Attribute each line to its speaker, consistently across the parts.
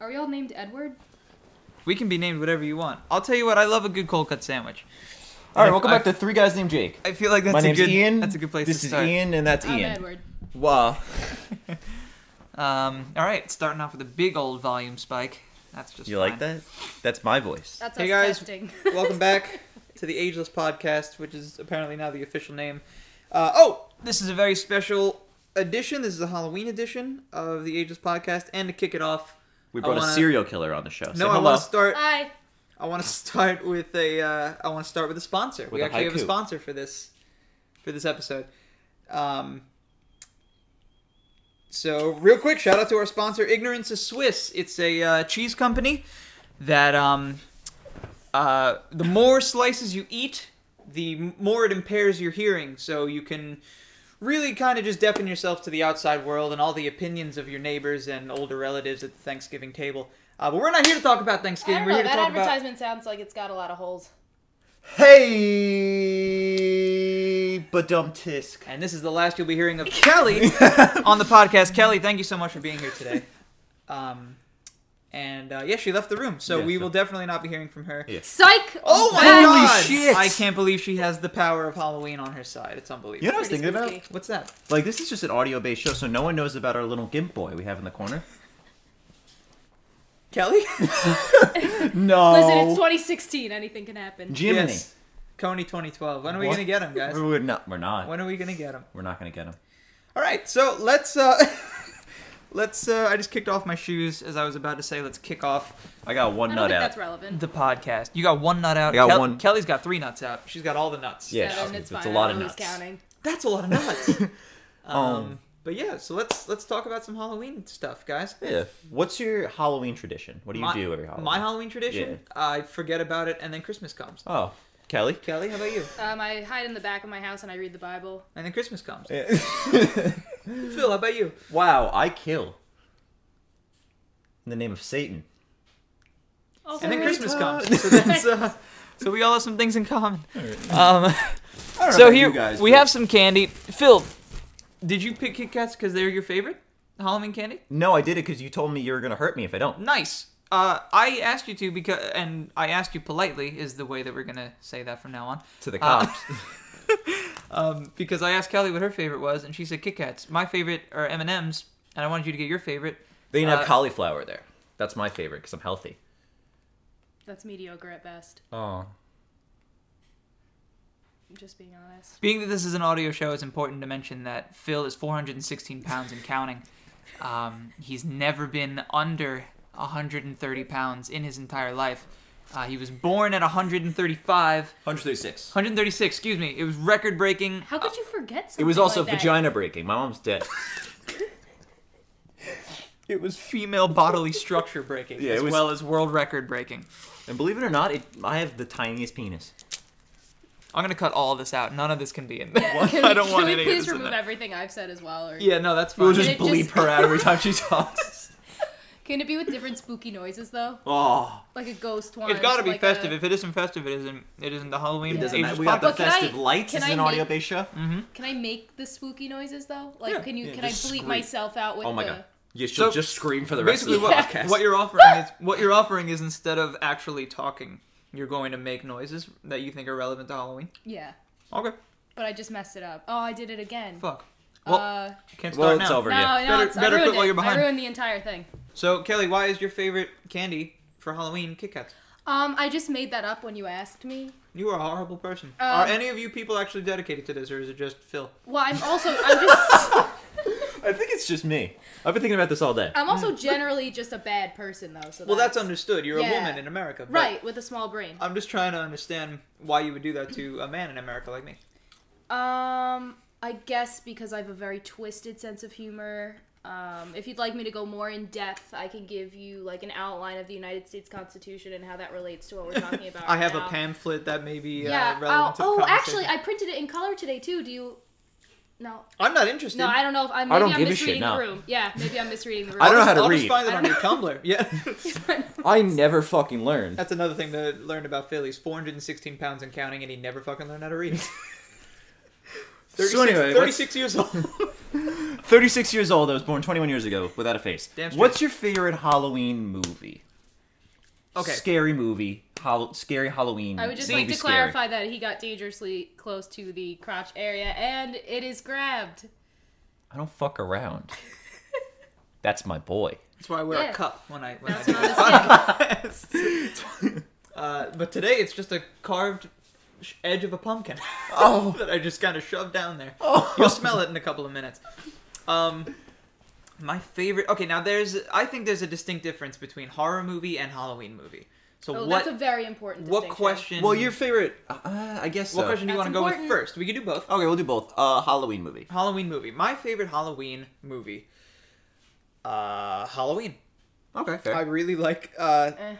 Speaker 1: Are we all named Edward?
Speaker 2: We can be named whatever you want. I'll tell you what, I love a good cold cut sandwich.
Speaker 3: All right,
Speaker 2: I-
Speaker 3: welcome
Speaker 2: I-
Speaker 3: back to Three Guys Named Jake.
Speaker 2: I feel like that's
Speaker 3: My
Speaker 2: a
Speaker 3: name's
Speaker 2: good
Speaker 3: Ian.
Speaker 2: that's a good place
Speaker 3: This
Speaker 2: to
Speaker 3: is
Speaker 2: start.
Speaker 3: Ian, and that's
Speaker 1: I'm
Speaker 3: Ian.
Speaker 1: Edward.
Speaker 3: Wow.
Speaker 2: Um, all right, starting off with a big old volume spike. That's just
Speaker 3: You
Speaker 2: fine.
Speaker 3: like that? That's my voice.
Speaker 1: That's
Speaker 2: Hey,
Speaker 1: us
Speaker 2: guys.
Speaker 1: testing.
Speaker 2: Welcome back to the Ageless Podcast, which is apparently now the official name. Uh, oh, this is a very special edition. This is a Halloween edition of the Ageless Podcast, and to kick it off,
Speaker 3: We
Speaker 2: I
Speaker 3: brought
Speaker 2: wanna-
Speaker 3: a serial killer on the show. Say
Speaker 2: no, I
Speaker 3: hello.
Speaker 2: want to start.
Speaker 1: Hi.
Speaker 2: I want to start with a. Uh, I want to start with a sponsor. we
Speaker 3: With a
Speaker 2: actually have a
Speaker 3: haiku.
Speaker 2: sponsor for this, for this episode. Um. So real quick, shout out to our sponsor, Ignorance is Swiss. It's a uh, cheese company that um, uh, the more slices you eat, the more it impairs your hearing. So you can really kind of just deafen yourself to the outside world and all the opinions of your neighbors and older relatives at the Thanksgiving table. Uh, but we're not here to talk about
Speaker 1: I
Speaker 2: Thanksgiving.
Speaker 1: don't
Speaker 2: we're
Speaker 1: know.
Speaker 2: here to
Speaker 1: That
Speaker 2: talk about
Speaker 1: advertisement sounds like it's got a lot of holes.
Speaker 3: Hey, badum tisk.
Speaker 2: And this is the last you'll be hearing of Kelly on the podcast. Kelly, thank you so much for being here today. Um, and uh, yeah, she left the room, so
Speaker 3: Yeah,
Speaker 2: we
Speaker 3: so-
Speaker 2: will definitely not be hearing from her.
Speaker 3: Yeah.
Speaker 1: Psych.
Speaker 2: Oh my
Speaker 1: Bad.
Speaker 3: Holy
Speaker 2: god!
Speaker 3: shit!
Speaker 2: I can't believe she has the power of Halloween on her side. It's unbelievable.
Speaker 3: You know what I was
Speaker 1: Pretty
Speaker 3: thinking about?
Speaker 1: spooky.
Speaker 2: What's that?
Speaker 3: Like, this is just an audio based show, so no one knows about our little Gimp boy we have in the corner.
Speaker 2: Kelly?
Speaker 3: No.
Speaker 1: Listen,
Speaker 2: Oh.
Speaker 1: it's 2016. Anything can happen.
Speaker 3: Jiminy.
Speaker 2: Yes. Coney 2012. When are we
Speaker 3: What?
Speaker 2: going to get him, guys?
Speaker 3: We're not. We're not.
Speaker 2: When are we going to get him?
Speaker 3: We're not going to get him.
Speaker 2: All right, so let's uh let's uh I just kicked off my shoes as I was about to say let's kick off
Speaker 3: I got
Speaker 1: I
Speaker 3: one
Speaker 1: don't
Speaker 3: nut
Speaker 1: think
Speaker 3: out.
Speaker 1: that's relevant.
Speaker 2: the podcast. You got one nut out.
Speaker 3: I got one.
Speaker 2: Kelly's got three nuts out. She's got all the nuts.
Speaker 3: Yeah,
Speaker 1: Seven,
Speaker 3: it's-
Speaker 1: it's,
Speaker 3: it's
Speaker 1: fine.
Speaker 3: a lot
Speaker 1: I
Speaker 3: of
Speaker 1: know who's
Speaker 3: nuts.
Speaker 1: counting.
Speaker 2: That's a lot of nuts. um,
Speaker 3: Um,
Speaker 2: but yeah, so let's let's talk about some Halloween stuff, guys.
Speaker 3: Yeah. What's your Halloween tradition? What do you
Speaker 2: my,
Speaker 3: do every Halloween?
Speaker 2: My Halloween tradition, I forget about it, and then Christmas comes.
Speaker 3: oh, Kelly.
Speaker 2: Kelly, how about you?
Speaker 1: Um, I hide in the back of my house and I read the Bible.
Speaker 2: And then Christmas comes.
Speaker 3: Yeah.
Speaker 2: Phil, how about you?
Speaker 3: wow, I kill. In the name of Satan.
Speaker 1: Also,
Speaker 2: And then
Speaker 1: read-
Speaker 2: Christmas
Speaker 3: God.
Speaker 2: comes. So, that's, uh, so we all have some things in common. Um,
Speaker 3: I don't know
Speaker 2: so
Speaker 3: about
Speaker 2: here
Speaker 3: you guys,
Speaker 2: we
Speaker 3: but-
Speaker 2: have some candy. Phil, did you pick Kit Kats because they're your favorite Halloween candy?
Speaker 3: No, I did it because you told me you were gonna hurt me if I don't.
Speaker 2: Nice. Uh, I asked you to because, and I asked you politely is the way that we're gonna say that from now on.
Speaker 3: To the
Speaker 2: Uh,
Speaker 3: cops.
Speaker 2: um, because I asked Kelly what her favorite was, and she said Kit Kats. My favorite are M and M's, and I wanted you to get your favorite.
Speaker 3: they didn't
Speaker 2: uh,
Speaker 3: have cauliflower there. That's my favorite because I'm healthy.
Speaker 1: That's mediocre at best.
Speaker 3: Oh.
Speaker 1: I'm just being honest.
Speaker 2: Being that this is an audio show, it's important to mention that Phil is 416 pounds and counting. Um, he's never been under 130 pounds in his entire life. Uh, he was born at 135,
Speaker 3: 136.
Speaker 2: 136. Excuse me. It was record breaking.
Speaker 1: How could you forget something?
Speaker 3: It was also
Speaker 1: like that?
Speaker 3: vagina breaking. My mom's dead.
Speaker 2: It was female bodily structure breaking,
Speaker 3: Yeah, it
Speaker 2: as
Speaker 3: was-
Speaker 2: well as world record breaking.
Speaker 3: and believe it or not, it, I have the tiniest penis.
Speaker 2: I'm gonna cut all this out. None of this can be in there.
Speaker 1: Yeah, can we,
Speaker 2: I don't
Speaker 1: can
Speaker 2: want
Speaker 1: we
Speaker 2: any of
Speaker 1: please
Speaker 2: this in
Speaker 1: remove
Speaker 2: there.
Speaker 1: everything I've said as well? Or
Speaker 2: Yeah, no, that's fine.
Speaker 3: We'll
Speaker 1: just
Speaker 3: just
Speaker 1: it
Speaker 3: bleep
Speaker 1: bleep just- her
Speaker 3: her out every time she talks.
Speaker 1: Can it be with different spooky noises though,
Speaker 3: oh.
Speaker 1: like a ghost one?
Speaker 2: It's got to be
Speaker 1: like
Speaker 2: festive.
Speaker 1: A...
Speaker 2: If it isn't festive, it isn't. It isn't the Halloween.
Speaker 1: It doesn't
Speaker 2: Ages
Speaker 1: matter.
Speaker 3: We got
Speaker 2: podcast.
Speaker 3: the
Speaker 1: But can I-
Speaker 3: festive lights.
Speaker 1: can
Speaker 3: This is
Speaker 1: I
Speaker 3: an
Speaker 1: make-
Speaker 3: audio based show.
Speaker 1: Can I make the spooky noises though? Like,
Speaker 2: Yeah.
Speaker 1: can you?
Speaker 3: Yeah,
Speaker 1: can I bleep
Speaker 3: just scream.
Speaker 1: myself out with
Speaker 3: Oh my
Speaker 1: the?
Speaker 3: god. Yeah, she'll
Speaker 2: So-
Speaker 3: just scream for the rest
Speaker 2: Basically,
Speaker 3: of the
Speaker 2: what,
Speaker 3: podcast.
Speaker 2: what you're offering is what you're offering is instead of actually talking, you're going to make noises that you think are relevant to Halloween.
Speaker 1: Yeah,
Speaker 2: Okay,
Speaker 1: but I just messed it up. Oh, I did it again.
Speaker 2: fuck. Well,
Speaker 1: uh,
Speaker 2: can't start
Speaker 3: well,
Speaker 2: now.
Speaker 3: it's over.
Speaker 1: no,
Speaker 3: yeah.
Speaker 1: no,
Speaker 2: Better-
Speaker 1: it's,
Speaker 2: better
Speaker 1: I ruined
Speaker 2: quit while
Speaker 1: it.
Speaker 2: you're behind.
Speaker 1: I ruined the entire thing.
Speaker 2: So Kelly, why is your favorite candy for Halloween Kit Kats?
Speaker 1: Um, I just made that up when you asked me.
Speaker 2: You are a horrible person.
Speaker 1: Um,
Speaker 2: are any of you people actually dedicated to this, or is it just Phil?
Speaker 1: Well, I'm also I'm just
Speaker 3: I think it's just me. I've been thinking about this all day.
Speaker 1: I'm also generally just a bad person though. So
Speaker 2: Well, that's understood. You're
Speaker 1: Yeah.
Speaker 2: a woman in America, but
Speaker 1: right with a small brain.
Speaker 2: I'm just trying to understand why you would do that to a man in America like me.
Speaker 1: Um, I guess because I have a very twisted sense of humor. Um, if you'd like me to go more in depth, I can give you like an outline of the United States Constitution and how that relates to what we're talking about.
Speaker 2: I
Speaker 1: right
Speaker 2: have
Speaker 1: now.
Speaker 2: a pamphlet that may be
Speaker 1: Yeah.
Speaker 2: uh,
Speaker 1: I'll-
Speaker 2: relevant to the
Speaker 1: oh,
Speaker 2: conversation.
Speaker 1: actually, I printed it in color today too. Do you? No.
Speaker 2: I'm not interested.
Speaker 1: No, I don't know if I'm. Maybe
Speaker 3: I don't
Speaker 1: am
Speaker 3: give a
Speaker 1: misreading
Speaker 3: shit
Speaker 1: the
Speaker 3: now.
Speaker 1: room. Yeah, maybe I'm misreading the room.
Speaker 3: I don't know how to
Speaker 2: I'll
Speaker 3: read.
Speaker 2: just find it
Speaker 1: I
Speaker 2: on your Tumblr. Yeah,
Speaker 3: I never fucking learned.
Speaker 2: that's another thing to learn about Phil. He's 416 pounds and counting, and he never fucking learned how to read. So anyway, what's-
Speaker 4: 36 years old.
Speaker 3: 36 years old. I was born 21 years ago without a face.
Speaker 2: Damn straight.
Speaker 3: What's your favorite Halloween movie?
Speaker 2: Okay.
Speaker 3: Scary movie. Hol- scary Halloween.
Speaker 1: I would just
Speaker 3: movie
Speaker 1: like to
Speaker 3: scary.
Speaker 1: clarify that he got dangerously close to the crotch area and it is grabbed.
Speaker 3: I don't fuck around. That's my boy.
Speaker 2: That's why I wear
Speaker 1: Yeah.
Speaker 2: a cup when I when
Speaker 1: That's
Speaker 2: I do
Speaker 1: not
Speaker 2: this
Speaker 1: a stick.
Speaker 2: podcast. uh, but today it's just a carved sh- edge of a pumpkin. Oh, that I just kind of shoved down there.
Speaker 3: Oh.
Speaker 2: You'll smell it in a couple of minutes. Um, my favorite. Okay, now there's. I think there's a distinct difference between horror movie and Halloween movie. So
Speaker 1: Oh,
Speaker 2: what?
Speaker 1: that's a very important
Speaker 2: What
Speaker 1: distinction.
Speaker 2: question?
Speaker 3: Well, your favorite. Uh, I guess.
Speaker 2: What
Speaker 3: so.
Speaker 2: question do you
Speaker 1: That's
Speaker 2: want to go with
Speaker 1: important.
Speaker 2: first? We could do both.
Speaker 3: Okay, we'll do both. Uh, Halloween movie.
Speaker 2: Halloween movie. My favorite Halloween movie. Uh, Halloween.
Speaker 3: Okay,
Speaker 2: I
Speaker 3: fair.
Speaker 2: really like. Uh,
Speaker 1: Eh.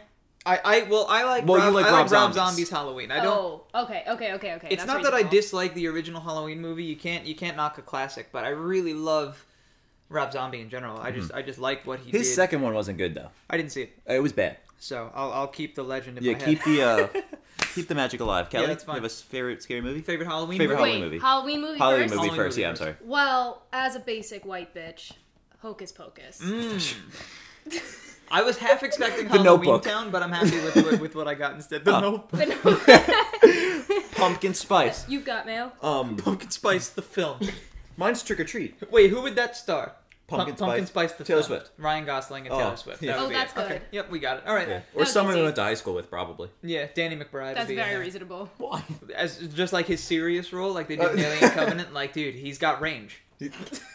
Speaker 2: I, I well, I like.
Speaker 3: Well, you
Speaker 2: Rob,
Speaker 3: like
Speaker 2: I
Speaker 3: Rob
Speaker 2: like Rob
Speaker 3: Zombie's.
Speaker 2: Zombie's Halloween. I don't.
Speaker 1: Oh, okay, okay, okay, okay.
Speaker 2: it's
Speaker 1: that's
Speaker 2: not that I
Speaker 1: reasonable.
Speaker 2: dislike the original Halloween movie. You can't you can't knock a classic, but I really love Rob Zombie in general. I just I just like what he
Speaker 3: Mm-hmm. His
Speaker 2: did.
Speaker 3: second one wasn't good though.
Speaker 2: I didn't see it,
Speaker 3: It was bad.
Speaker 2: so I'll I'll keep the legend in
Speaker 3: Yeah,
Speaker 2: my
Speaker 3: keep
Speaker 2: head.
Speaker 3: the uh, keep the magic alive. Kelly,
Speaker 2: that's fine.
Speaker 3: you have a favorite scary movie.
Speaker 2: favorite Halloween
Speaker 3: Favorite
Speaker 2: movie.
Speaker 3: Halloween
Speaker 1: Wait,
Speaker 3: movie.
Speaker 1: Halloween movie
Speaker 3: Halloween
Speaker 1: first?
Speaker 3: movie
Speaker 2: Halloween
Speaker 3: first.
Speaker 2: movie
Speaker 3: Yeah, I'm
Speaker 2: first.
Speaker 3: sorry.
Speaker 1: Well, as a basic white bitch, hocus pocus.
Speaker 2: Mm. I was half expecting
Speaker 3: The
Speaker 2: Halloween
Speaker 3: Notebook.
Speaker 2: Town, but I'm happy with with, with what I got instead. The
Speaker 3: Oh.
Speaker 2: Notebook,
Speaker 1: But no-
Speaker 3: Pumpkin Spice.
Speaker 1: You've got mail.
Speaker 3: Um,
Speaker 2: Pumpkin Spice, the film.
Speaker 3: mine's Trick or Treat.
Speaker 2: Wait, who would that star?
Speaker 3: Pumpkin
Speaker 2: Pum- Pumpkin
Speaker 3: Spice.
Speaker 2: Spice the
Speaker 3: Taylor
Speaker 2: film.
Speaker 3: Swift.
Speaker 2: Ryan Gosling and
Speaker 3: Oh,
Speaker 2: Taylor Swift.
Speaker 3: yeah.
Speaker 2: That
Speaker 1: Oh,
Speaker 2: would be
Speaker 1: that's
Speaker 2: it.
Speaker 1: good.
Speaker 2: Okay. Yep, we got it. All right. Yeah,
Speaker 1: That
Speaker 3: Or
Speaker 1: was
Speaker 3: someone we
Speaker 1: easy.
Speaker 3: went to high school with, probably.
Speaker 2: Danny McBride.
Speaker 1: That's
Speaker 2: would be,
Speaker 1: very
Speaker 2: uh,
Speaker 1: reasonable.
Speaker 3: Why?
Speaker 2: as just like his serious role, like they did in
Speaker 3: Uh,
Speaker 2: Alien Covenant. Like, dude, he's got range.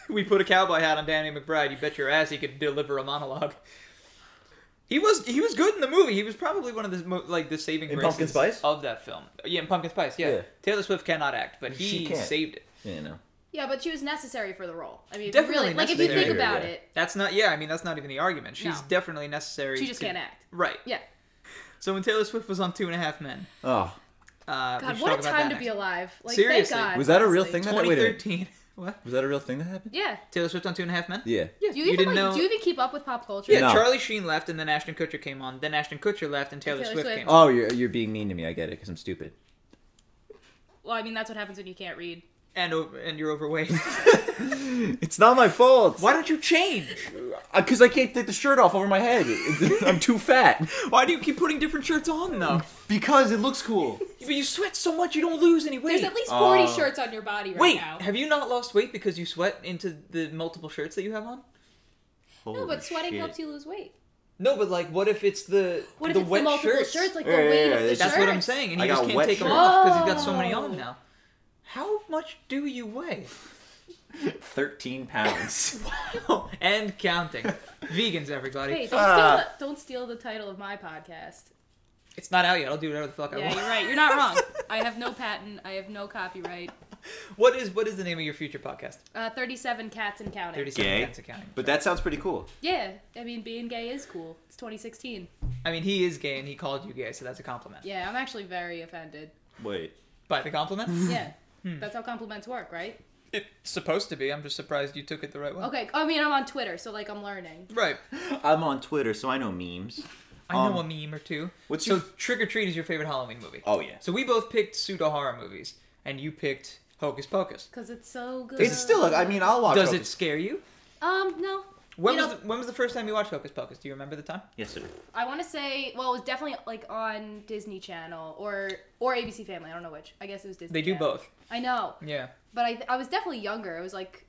Speaker 2: we put a cowboy hat on Danny McBride. You bet your ass he could deliver a monologue. He was he was good in the movie. He was probably one of the mo- like the saving
Speaker 3: In
Speaker 2: graces
Speaker 3: Pumpkin Spice?
Speaker 2: of that film. Yeah, in Pumpkin Spice. Yeah.
Speaker 3: Yeah.
Speaker 2: Taylor Swift cannot act, but
Speaker 3: She
Speaker 2: he
Speaker 3: can't.
Speaker 2: saved it.
Speaker 3: You know.
Speaker 1: Yeah, but she was necessary for the role. I mean, if
Speaker 2: Definitely
Speaker 1: you really, like if you
Speaker 2: necessary.
Speaker 1: think about
Speaker 3: Yeah.
Speaker 1: it,
Speaker 2: That's not yeah. I mean, that's not even the argument. She's
Speaker 1: No.
Speaker 2: definitely necessary.
Speaker 1: she just
Speaker 2: to-
Speaker 1: can't act.
Speaker 2: Right.
Speaker 1: Yeah.
Speaker 2: So when Taylor Swift was on Two and a Half Men,
Speaker 3: Oh,
Speaker 2: uh, we
Speaker 1: God,
Speaker 2: should
Speaker 1: what
Speaker 2: talk
Speaker 1: a
Speaker 2: about
Speaker 1: time
Speaker 2: that
Speaker 1: to be
Speaker 2: next.
Speaker 1: alive. Like,
Speaker 2: Seriously.
Speaker 1: thank God.
Speaker 3: was that a real
Speaker 1: honestly.
Speaker 3: thing? That that- wait a minute.
Speaker 2: 2013. What?
Speaker 3: was that a real thing that happened?
Speaker 1: Yeah.
Speaker 2: Taylor Swift on Two and a Half Men?
Speaker 3: Yeah.
Speaker 2: Yeah.
Speaker 1: Do you, even like, do you even keep up with pop culture?
Speaker 2: Yeah,
Speaker 3: No.
Speaker 2: Charlie Sheen left, and then Ashton Kutcher came on. Then Ashton Kutcher left, and Taylor,
Speaker 1: Taylor
Speaker 2: Swift,
Speaker 1: Swift.
Speaker 2: came on.
Speaker 3: Oh, you're you're being mean to me. I get it because I'm stupid.
Speaker 1: Well, I mean, that's what happens when you can't read.
Speaker 2: And o- and you're overweight.
Speaker 3: It's not my fault.
Speaker 2: Why don't you change?
Speaker 3: Because uh, I can't take the shirt off over my head. I'm too fat.
Speaker 2: Why do you keep putting different shirts on though?
Speaker 3: Because it looks cool.
Speaker 2: but you sweat so much, you don't lose any weight.
Speaker 1: There's at least 40
Speaker 3: Oh.
Speaker 1: shirts on your body right
Speaker 2: Wait,
Speaker 1: now.
Speaker 2: have you not lost weight because you sweat into the multiple shirts that you have on?
Speaker 1: No, but sweating helps you lose weight.
Speaker 2: No, but like, what if it's the
Speaker 1: What if
Speaker 2: the
Speaker 1: it's
Speaker 2: wet
Speaker 1: the multiple
Speaker 2: shirts?
Speaker 1: shirts, like
Speaker 3: Yeah,
Speaker 1: the
Speaker 3: yeah,
Speaker 1: weight
Speaker 3: yeah,
Speaker 1: of the
Speaker 3: it's
Speaker 1: shirts?
Speaker 2: That's what I'm saying, and
Speaker 3: I
Speaker 2: you just
Speaker 3: got
Speaker 2: can't
Speaker 3: wet
Speaker 2: take them
Speaker 3: shirts.
Speaker 2: off because you've got so many on
Speaker 1: Oh.
Speaker 2: now. How much do you weigh?
Speaker 3: 13 pounds.
Speaker 2: Wow, and counting. Vegans, everybody.
Speaker 1: Hey, don't,
Speaker 3: Ah.
Speaker 1: steal
Speaker 2: uh,
Speaker 1: the, don't steal the title of my podcast.
Speaker 2: It's not out yet. I'll do whatever the fuck I
Speaker 1: Yeah,
Speaker 2: want.
Speaker 1: you're right. You're not wrong. I have no patent. I have no copyright.
Speaker 2: What is what is the name of your future podcast?
Speaker 1: Uh, 37 cats and counting.
Speaker 2: Thirty-seven
Speaker 3: Gay.
Speaker 2: cents accounting.
Speaker 3: but that sounds pretty cool.
Speaker 1: Yeah, I mean, being gay is cool. It's 2016.
Speaker 2: I mean, he is gay, and he called you gay, so that's a compliment.
Speaker 1: Yeah, I'm actually very offended.
Speaker 3: Wait.
Speaker 2: By the compliment,
Speaker 1: Yeah.
Speaker 2: Hmm.
Speaker 1: That's how compliments work, right?
Speaker 2: it's supposed to be. I'm just surprised you took it the right way.
Speaker 1: Okay, I mean, I'm on Twitter, so like I'm learning.
Speaker 2: Right.
Speaker 3: I'm on Twitter, so I know memes.
Speaker 2: I know
Speaker 3: Um,
Speaker 2: a meme or two.
Speaker 3: what's
Speaker 2: so
Speaker 3: your-
Speaker 2: Trick or Treat is your favorite Halloween movie?
Speaker 3: Oh, yeah.
Speaker 2: So we both picked pseudo horror movies, and you picked Hocus Pocus.
Speaker 1: Because it's so good.
Speaker 3: It's still, a, I mean, I'll watch
Speaker 2: Does
Speaker 3: all
Speaker 2: it scare you?
Speaker 1: Um, no.
Speaker 2: When
Speaker 1: You
Speaker 2: was
Speaker 1: know-
Speaker 2: the, when was the first time you watched Hocus Pocus? Do you remember the time?
Speaker 3: Yes, sir.
Speaker 1: I want to say, well, it was definitely like on Disney Channel or or ABC Family. I don't know which. I guess it was Disney.
Speaker 2: They do
Speaker 1: Channel.
Speaker 2: both.
Speaker 1: I know,
Speaker 2: Yeah.
Speaker 1: but I I was definitely younger. I was like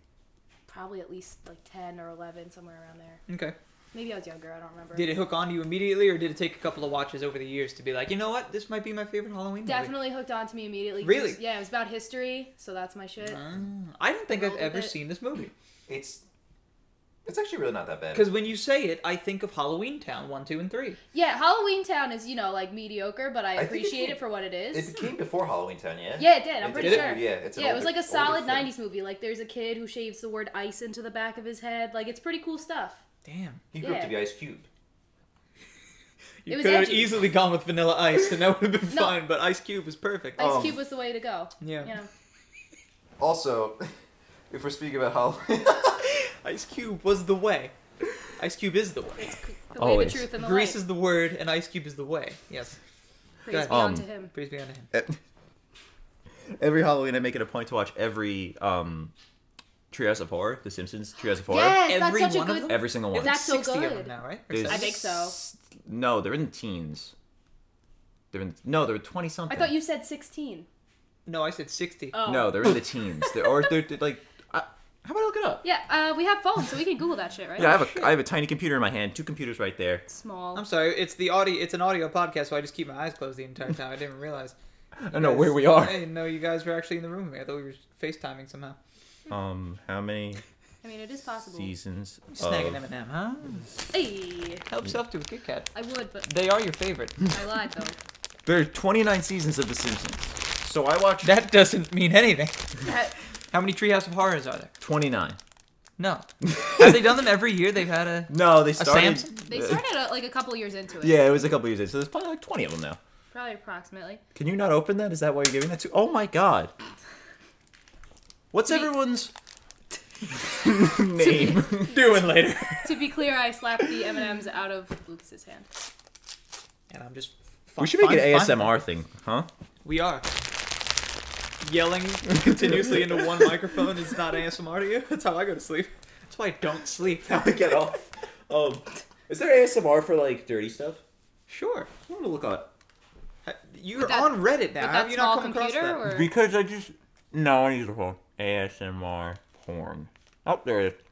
Speaker 1: probably at least like ten or eleven, somewhere around there.
Speaker 2: Okay.
Speaker 1: Maybe I was younger. I don't remember.
Speaker 2: Did it hook on to you immediately, or did it take a couple of watches over the years to be like, you know what, this might be my favorite Halloween movie?
Speaker 1: Definitely hooked on to me immediately. 'cause-
Speaker 2: Really?
Speaker 1: Yeah, it was about history, so that's my shit.
Speaker 2: Mm, I don't think I've
Speaker 1: Rolled
Speaker 2: ever
Speaker 1: with it.
Speaker 2: seen this movie.
Speaker 3: It's it's actually really not that bad.
Speaker 2: Because when you say it, I think of Halloween Town one, two, and three.
Speaker 1: Yeah, Halloween Town is you know like mediocre, but I,
Speaker 3: I think it
Speaker 1: appreciate
Speaker 3: came-
Speaker 1: it for what it is.
Speaker 3: came before Halloween Town,
Speaker 1: yeah, it did. I'm
Speaker 3: It
Speaker 1: pretty
Speaker 3: did?
Speaker 1: sure.
Speaker 3: Yeah, it's an
Speaker 1: yeah, it was
Speaker 3: older-
Speaker 1: like a solid
Speaker 3: older film.
Speaker 1: '90s movie. Like there's a kid who shaves the word ice into the back of his head. Like it's pretty cool stuff.
Speaker 2: Damn.
Speaker 3: He
Speaker 1: grew up to yeah. be
Speaker 3: Ice Cube.
Speaker 1: It
Speaker 2: You
Speaker 1: was
Speaker 2: could have
Speaker 1: edgy.
Speaker 2: easily gone with Vanilla Ice, and that would have been
Speaker 1: No.
Speaker 2: fine. But Ice Cube was perfect.
Speaker 1: Ice
Speaker 3: Um,
Speaker 1: Cube was the way to go.
Speaker 2: Yeah.
Speaker 1: You know.
Speaker 3: Also, if we're speaking about Halloween,
Speaker 2: Ice Cube was the way. Ice Cube is the way.
Speaker 1: It's c- the way,
Speaker 3: Always.
Speaker 1: the truth, and the
Speaker 2: Grease
Speaker 1: light.
Speaker 2: is the word, and Ice Cube is the way. Yes.
Speaker 1: Praise
Speaker 2: good.
Speaker 1: be unto
Speaker 3: Um,
Speaker 1: him.
Speaker 2: Praise be unto him.
Speaker 3: Every Halloween, I make it a point to watch every um, Treehouse of Horror, The Simpsons Treehouse of Horror.
Speaker 1: Yes, that's
Speaker 2: Every
Speaker 1: such a
Speaker 2: one of
Speaker 1: good.
Speaker 2: them.
Speaker 3: Every single one.
Speaker 2: There's like
Speaker 1: That's so
Speaker 2: 60 of them
Speaker 1: good.
Speaker 2: now, right? Or
Speaker 3: There's-
Speaker 1: I think so.
Speaker 3: No, they're in the teens. They're in no, they're twenty
Speaker 1: I
Speaker 3: something.
Speaker 1: thought you said 16.
Speaker 2: No, I said 60.
Speaker 1: Oh.
Speaker 3: No, they're in the teens. They're or they're, they're like. I, how about I look it up?
Speaker 1: Yeah, uh, we have phones, so we can Google that Oh, shit, right?
Speaker 3: Yeah, I have a I have a tiny computer in my hand. Two computers right there.
Speaker 1: Small.
Speaker 2: I'm sorry. It's the audio. It's an audio podcast, so I just keep my eyes closed the entire time. I didn't realize.
Speaker 3: I don't know where we are.
Speaker 2: I didn't know you guys were actually in the room. with me. I thought we were FaceTiming somehow.
Speaker 3: Um, how many
Speaker 1: I mean, it is possible.
Speaker 3: seasons?
Speaker 2: Snagging
Speaker 3: of-
Speaker 2: Eminem, huh?
Speaker 1: Hey,
Speaker 3: Hmm.
Speaker 2: Help yourself to a Kit Kat.
Speaker 1: I would, but
Speaker 2: They are your favorite.
Speaker 1: I lied though.
Speaker 3: There are twenty nine seasons of The Simpsons. So I watched
Speaker 2: that doesn't mean anything.
Speaker 1: That-
Speaker 2: How many Treehouse of Horrors are there?
Speaker 3: twenty nine.
Speaker 2: No. Have they done them every year? They've had a.
Speaker 3: No, they started.
Speaker 2: Samson?
Speaker 1: they started uh, like a couple years into it.
Speaker 3: Yeah, it was a couple years in, so there's probably like twenty of them now.
Speaker 1: Probably approximately.
Speaker 3: Can you not open that? Is that why you're giving that to? Oh my god. What's
Speaker 1: To be-
Speaker 3: everyone's name?
Speaker 2: Doing later.
Speaker 1: To be clear, I slapped the M&Ms out of Lucas's hand.
Speaker 2: And I'm just. fi-
Speaker 3: We should make an
Speaker 2: fine- fine.
Speaker 3: ASMR thing, huh?
Speaker 2: We are. Yelling continuously into one microphone is not ASMR to you? That's how I go to sleep. That's why I don't sleep.
Speaker 3: Get off. Um, is there ASMR for like dirty stuff?
Speaker 2: Sure. Uh,
Speaker 3: I'm gonna look up.
Speaker 2: You're
Speaker 1: But that-
Speaker 2: on Reddit now.
Speaker 1: But
Speaker 2: Have
Speaker 1: that
Speaker 2: you
Speaker 1: small
Speaker 2: not come
Speaker 1: computer,
Speaker 2: across that?
Speaker 1: or
Speaker 3: Because I just no, I need a phone. ASMR porn. Oh, there it is.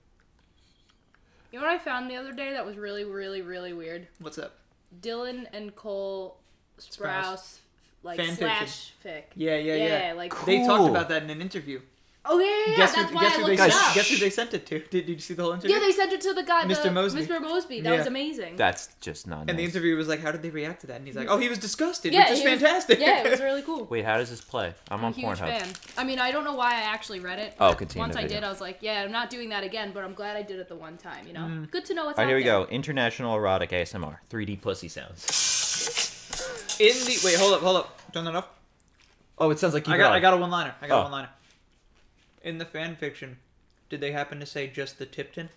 Speaker 1: you know what I found the other day that was really, really, really weird.
Speaker 2: What's up?
Speaker 1: Dylan and Cole Sprouse,
Speaker 2: Sprouse.
Speaker 1: like
Speaker 2: Fan
Speaker 1: slash fic.
Speaker 2: Yeah, yeah, yeah.
Speaker 1: Yeah, like
Speaker 2: They talked
Speaker 3: Cool.
Speaker 2: about that in an interview.
Speaker 1: oh yeah, yeah, yeah.
Speaker 2: guess
Speaker 1: that's
Speaker 2: who,
Speaker 1: why
Speaker 2: guess
Speaker 1: I
Speaker 2: who
Speaker 1: looked
Speaker 2: they
Speaker 1: it
Speaker 3: guys,
Speaker 1: up.
Speaker 2: guess who they sent it to? Did, did you see the whole interview?
Speaker 1: yeah, they sent it to the guy, the-
Speaker 2: Mr. Mosby.
Speaker 1: Mr. Mosby. That
Speaker 2: Yeah.
Speaker 1: was amazing.
Speaker 3: That's just not.
Speaker 2: and the
Speaker 3: nice.
Speaker 2: interviewer was like, "How did they react to that?" And he's like, "Oh, he was disgusted,
Speaker 1: yeah,
Speaker 2: which
Speaker 1: it
Speaker 2: is
Speaker 1: was-
Speaker 2: fantastic."
Speaker 1: yeah, it was really cool.
Speaker 3: Wait, how does this play? I'm
Speaker 1: I'm
Speaker 3: on
Speaker 1: a huge
Speaker 3: Pornhub.
Speaker 1: fan. I mean, I don't know why I actually read it.
Speaker 3: Oh,
Speaker 1: but
Speaker 3: continue
Speaker 1: Once
Speaker 3: the
Speaker 1: I
Speaker 3: video.
Speaker 1: did, I was like, yeah, I'm not doing that again, but I'm glad I did it the one time, you know?
Speaker 2: Mm-hmm.
Speaker 1: Good to know what's
Speaker 3: All right, here we
Speaker 1: out
Speaker 3: go. International erotic ASMR. 3D pussy sounds.
Speaker 2: In the wait, hold up, hold up, turn that off.
Speaker 3: Oh, it sounds like
Speaker 2: I got, I got a one-liner. I got
Speaker 3: Oh.
Speaker 2: a one-liner. In the fan fiction, did they happen to say just the Tipton?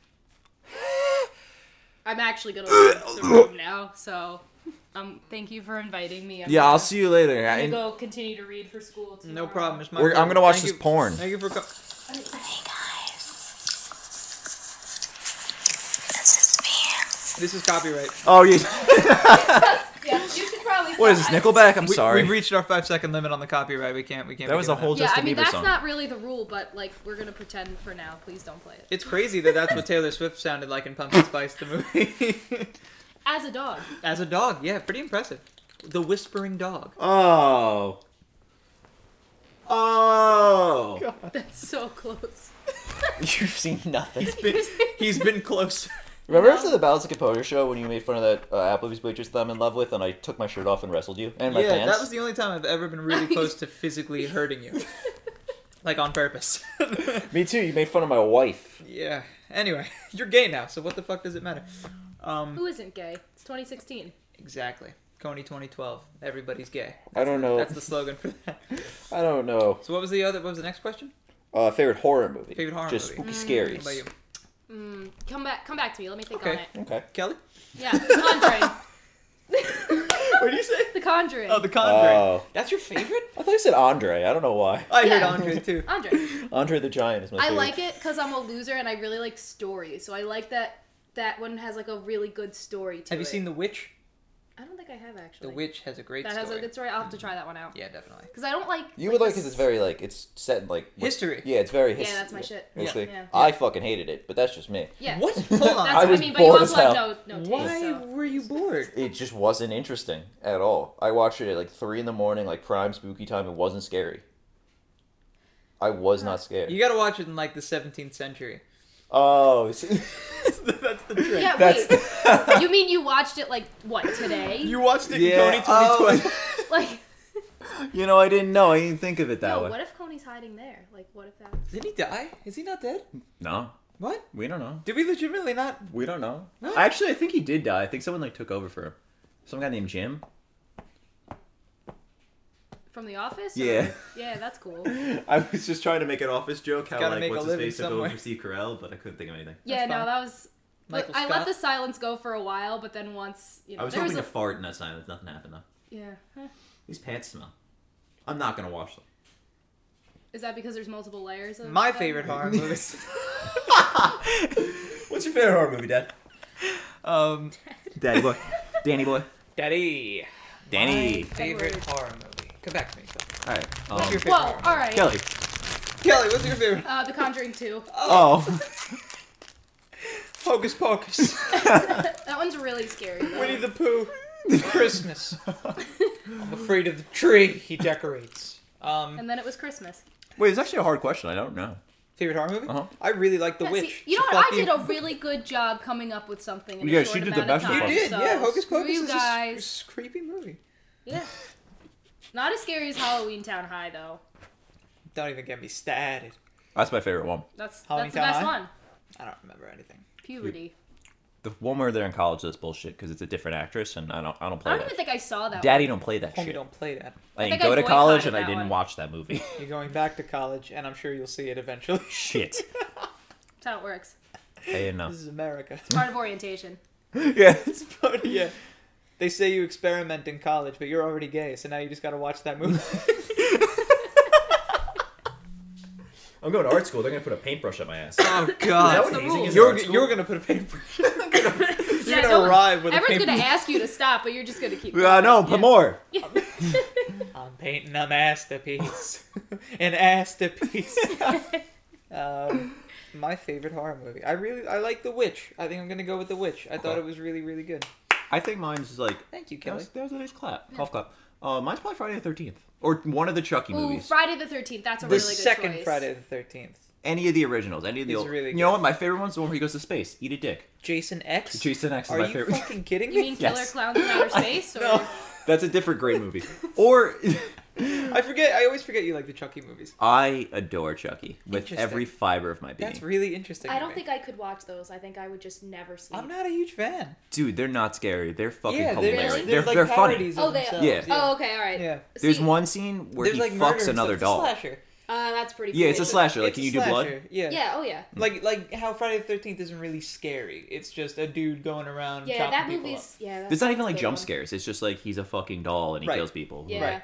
Speaker 1: there. I'm actually going to leave the room now, so um, thank you for inviting me. I'm
Speaker 3: Yeah, I'll
Speaker 1: gonna-
Speaker 3: see you later.
Speaker 1: I'm
Speaker 3: I,
Speaker 1: gonna go continue to read for school.
Speaker 2: No
Speaker 1: tomorrow.
Speaker 2: problem. It's my.
Speaker 3: We're- I'm
Speaker 2: pleasure.
Speaker 3: gonna watch
Speaker 2: Thank
Speaker 3: this
Speaker 2: you-
Speaker 3: porn.
Speaker 2: Thank you for coming. This is copyright.
Speaker 3: oh, yeah.
Speaker 1: Yeah, you should probably.
Speaker 3: What is this,
Speaker 1: stop.
Speaker 3: Nickelback? I'm
Speaker 2: We,
Speaker 3: sorry.
Speaker 2: We've reached our five-second limit on the copyright. We can't. We can't.
Speaker 3: That
Speaker 2: be
Speaker 3: was
Speaker 2: doing
Speaker 3: a whole
Speaker 1: Yeah,
Speaker 3: Justin
Speaker 1: I mean
Speaker 3: Bieber
Speaker 1: that's
Speaker 3: song.
Speaker 1: not really the rule, but like we're gonna pretend for now. Please don't play it.
Speaker 2: It's crazy that that's what Taylor Swift sounded like in Pumpkin Spice the movie.
Speaker 1: As a dog,
Speaker 2: As a dog, yeah, pretty impressive. The whispering dog.
Speaker 3: oh. Oh.
Speaker 1: that's so close.
Speaker 3: You've seen nothing.
Speaker 2: He's been close.
Speaker 3: Remember after the Balance of Composure show when you made fun of that uh, Applebee's waitress that I'm in love with and I took my shirt off and wrestled you and my
Speaker 2: yeah,
Speaker 3: pants?
Speaker 2: that was the only time I've ever been really close to physically hurting you. Like on purpose.
Speaker 3: Me too. You made fun of my wife.
Speaker 2: yeah. Anyway, you're gay now, so what the fuck does it matter? Um,
Speaker 1: Who isn't gay? It's 2016.
Speaker 2: exactly. Coney 2012. Everybody's gay.
Speaker 3: I don't know.
Speaker 2: That's the slogan for that.
Speaker 3: I don't know.
Speaker 2: So what was the other? What was the next question?
Speaker 3: Uh, favorite horror movie.
Speaker 2: Favorite horror
Speaker 3: Just
Speaker 2: movie.
Speaker 3: spooky
Speaker 2: What about
Speaker 3: scaries.
Speaker 2: you,
Speaker 1: Mm, come back, come back to me. Let me think on
Speaker 2: Okay.
Speaker 1: it.
Speaker 3: Okay.
Speaker 2: Kelly?
Speaker 1: Yeah, The Conjuring.
Speaker 2: What do you say?
Speaker 1: the Conjuring.
Speaker 2: Oh, The Conjuring.
Speaker 3: Oh.
Speaker 2: That's your favorite?
Speaker 3: I thought you said Andre. I don't know why.
Speaker 2: I heard
Speaker 1: Yeah.
Speaker 2: Andre too.
Speaker 1: Andre.
Speaker 3: Andre the Giant is my
Speaker 1: I
Speaker 3: favorite.
Speaker 1: like it because I'm a loser and I really like stories. So I like that that one has like a really good story to
Speaker 2: Have
Speaker 1: it.
Speaker 2: you seen The Witch?
Speaker 1: I don't think I have actually.
Speaker 2: The Witch has a great
Speaker 1: That
Speaker 2: story.
Speaker 1: has a good story. I'll have to try that one out.
Speaker 2: Yeah, definitely.
Speaker 1: Because I don't like.
Speaker 3: You would like because
Speaker 1: this-
Speaker 3: it's very like it's set in like what-
Speaker 2: History.
Speaker 3: Yeah, it's very history.
Speaker 1: Yeah, that's my shit.
Speaker 2: Yeah.
Speaker 1: Yeah.
Speaker 3: I fucking hated it, but that's just me.
Speaker 1: Yeah.
Speaker 2: What? Hold on.
Speaker 1: That's
Speaker 3: I
Speaker 1: what
Speaker 3: was
Speaker 1: I mean. But you
Speaker 3: bored
Speaker 1: also
Speaker 3: as
Speaker 1: have
Speaker 3: hell.
Speaker 1: no no
Speaker 2: Why
Speaker 1: taste. So.
Speaker 2: were you bored?
Speaker 3: It just wasn't interesting at all. I watched it at like three in the morning, like prime spooky time. It wasn't scary. I was not scared.
Speaker 2: You gotta watch it in like the 17th century.
Speaker 3: oh, see,
Speaker 2: That's the, that's the trick.
Speaker 1: Yeah.
Speaker 3: that's
Speaker 1: Wait. you mean you watched it like what today?
Speaker 2: You watched it
Speaker 3: Yeah, oh.
Speaker 2: in Coney 2020.
Speaker 1: like.
Speaker 3: you know I didn't know. I didn't think of it that
Speaker 1: Yo,
Speaker 3: way.
Speaker 1: what if Coney's hiding there? Like, what if that's
Speaker 2: Did he die? Is he not dead?
Speaker 3: No,
Speaker 2: What?
Speaker 3: we don't know.
Speaker 2: Did we legitimately not?
Speaker 3: We don't know.
Speaker 2: What?
Speaker 3: Actually, I think he did die. I think someone like took over for him. Some guy named Jim.
Speaker 1: from The Office? or-
Speaker 3: Yeah.
Speaker 1: Yeah, that's cool.
Speaker 3: I was just trying to make an office joke. How
Speaker 2: Gotta make a living somewhere.
Speaker 3: Steve Carell, but I couldn't think of anything.
Speaker 1: Yeah, no,
Speaker 2: fine.
Speaker 1: that was.
Speaker 2: Michael
Speaker 1: I let
Speaker 2: Scott?
Speaker 1: the silence go for a while, but then once you know, there was a,
Speaker 3: fart in that silence. Nothing happened though.
Speaker 1: yeah. huh.
Speaker 3: These pants smell. I'm not gonna wash them.
Speaker 1: Is that because there's multiple layers? Of
Speaker 2: My
Speaker 1: them?
Speaker 2: favorite horror movies.
Speaker 5: What's your favorite horror movie, Dad?
Speaker 2: Um,
Speaker 5: Daddy boy, Danny boy.
Speaker 2: Daddy.
Speaker 3: Danny.
Speaker 2: My favorite
Speaker 1: Edward.
Speaker 2: horror movie. Come back to me.
Speaker 3: All right.
Speaker 2: What's
Speaker 3: um,
Speaker 2: your favorite?
Speaker 1: Well,
Speaker 2: horror movie?
Speaker 1: all right.
Speaker 3: Kelly.
Speaker 2: Kelly, what's your favorite?
Speaker 1: Uh, the Conjuring Two.
Speaker 3: Oh.
Speaker 2: Hocus Pocus.
Speaker 1: That one's really scary. though.
Speaker 2: Winnie the Pooh. Christmas.
Speaker 3: Oh.
Speaker 2: I'm afraid of the tree he decorates. Um,
Speaker 1: and then it was Christmas.
Speaker 3: Wait, it's actually a hard question. I don't know.
Speaker 2: favorite horror movie?
Speaker 3: Uh-huh.
Speaker 2: I really like The
Speaker 1: Yeah,
Speaker 2: Witch.
Speaker 1: see, you know
Speaker 2: It's
Speaker 1: what? I
Speaker 2: fucking-
Speaker 1: did a really good job coming up with something. In
Speaker 3: Yeah,
Speaker 1: a
Speaker 3: she
Speaker 1: short
Speaker 3: did the
Speaker 1: amount of
Speaker 3: best of
Speaker 1: time,
Speaker 3: us.
Speaker 2: You did,
Speaker 1: so
Speaker 2: yeah. Hocus
Speaker 1: screw
Speaker 2: Pocus
Speaker 1: You
Speaker 2: is a
Speaker 1: guys,
Speaker 2: s- creepy movie.
Speaker 1: yeah. Not as scary as Halloween Town High though.
Speaker 2: Don't even get me started.
Speaker 3: That's my favorite one.
Speaker 1: That's
Speaker 2: Halloween
Speaker 1: that's the
Speaker 2: Town
Speaker 1: best
Speaker 2: High?
Speaker 1: one.
Speaker 2: I don't remember anything.
Speaker 1: Puberty.
Speaker 3: The one where they're in college that's bullshit because it's a different actress and I don't I don't
Speaker 1: I
Speaker 3: play
Speaker 1: don't even
Speaker 3: that.
Speaker 1: think I saw that.
Speaker 3: Daddy don't play that
Speaker 2: Homie,
Speaker 3: shit.
Speaker 2: don't play that.
Speaker 3: I didn't
Speaker 1: think I
Speaker 3: go to college
Speaker 1: boycotted
Speaker 3: and I
Speaker 1: that
Speaker 3: didn't
Speaker 1: one.
Speaker 3: watch that movie.
Speaker 2: You're going back to college, and I'm sure you'll see it eventually.
Speaker 3: shit.
Speaker 1: One. That's how it works.
Speaker 3: I didn't know.
Speaker 2: This is America.
Speaker 1: Part of orientation.
Speaker 3: yeah.
Speaker 2: But yeah, they say you experiment in college, but you're already gay, so now you just gotta watch that movie.
Speaker 3: I'm going to art school. They're gonna put a paintbrush up my ass.
Speaker 2: oh
Speaker 1: what the hazing rule. is
Speaker 2: You're, you're gonna put a paintbrush. you're gonna,
Speaker 1: Yeah, don't-
Speaker 2: arrive with a
Speaker 1: Everyone's
Speaker 2: paintbrush.
Speaker 1: gonna ask you to stop, but you're just gonna keep.
Speaker 3: I know. Uh, Put more.
Speaker 2: I'm painting a masterpiece. An masterpiece. um, my favorite horror movie. I really I like The Witch. I think I'm gonna go with The Witch. I thought
Speaker 3: Okay.
Speaker 2: it was really really good.
Speaker 3: I think mine's like
Speaker 2: Thank you,
Speaker 3: that
Speaker 2: Kelly.
Speaker 3: was, that was a nice clap, cough clap. Uh, mine's probably Friday the Thirteenth or one of the Chucky
Speaker 1: Ooh,
Speaker 3: movies.
Speaker 1: Friday the Thirteenth. That's a
Speaker 2: The
Speaker 1: really good
Speaker 2: second
Speaker 1: choice.
Speaker 2: Friday the Thirteenth.
Speaker 3: any of the originals, any of the
Speaker 2: It's
Speaker 3: old.
Speaker 2: really
Speaker 3: you know
Speaker 2: good.
Speaker 3: what? My favorite one's the one where he goes to space. Eat a dick.
Speaker 2: Jason X.
Speaker 3: Jason X is
Speaker 2: Are
Speaker 3: my
Speaker 2: you
Speaker 3: favorite.
Speaker 2: fucking kidding
Speaker 1: You
Speaker 2: me?
Speaker 1: mean Killer
Speaker 3: Yes.
Speaker 1: Clowns from Outer Space? Or...
Speaker 2: no,
Speaker 3: That's a different great movie. or
Speaker 2: I forget. I always forget you like the Chucky movies.
Speaker 3: I adore Chucky with
Speaker 2: Interesting.
Speaker 3: every fiber of my being.
Speaker 2: That's really interesting.
Speaker 1: I
Speaker 2: to
Speaker 1: don't
Speaker 2: me.
Speaker 1: think I could watch those. I think I would just never sleep.
Speaker 2: I'm not a huge fan.
Speaker 3: Dude, they're not scary. They're fucking
Speaker 2: yeah, they're,
Speaker 3: hilarious.
Speaker 1: Really?
Speaker 3: They're,
Speaker 2: like
Speaker 3: they're funny.
Speaker 2: parodies
Speaker 1: Oh,
Speaker 2: of
Speaker 1: they.
Speaker 2: themselves,
Speaker 3: Yeah.
Speaker 1: Oh, okay. All right.
Speaker 2: Yeah.
Speaker 3: There's
Speaker 1: See,
Speaker 3: one scene where
Speaker 2: There's
Speaker 3: he
Speaker 2: like murder
Speaker 3: fucks
Speaker 2: and
Speaker 3: another
Speaker 2: stuff.
Speaker 3: doll.
Speaker 2: It's a slasher.
Speaker 1: Uh, that's pretty.
Speaker 3: Yeah,
Speaker 1: cool.
Speaker 3: it's a slasher. Like,
Speaker 2: It's
Speaker 3: can
Speaker 2: a
Speaker 3: you do blood?
Speaker 2: slasher, Yeah.
Speaker 1: Yeah. Oh yeah.
Speaker 2: Like like how Friday the Thirteenth isn't really scary. It's just a dude going around.
Speaker 1: Yeah,
Speaker 2: chopping
Speaker 1: that
Speaker 2: people up.
Speaker 1: movie's. Yeah. That's,
Speaker 3: It's not even
Speaker 1: that's a
Speaker 3: like
Speaker 1: good
Speaker 3: jump
Speaker 1: one.
Speaker 3: scares. It's just like he's a fucking doll and he
Speaker 2: Right.
Speaker 3: kills people.
Speaker 1: Yeah.
Speaker 2: Right.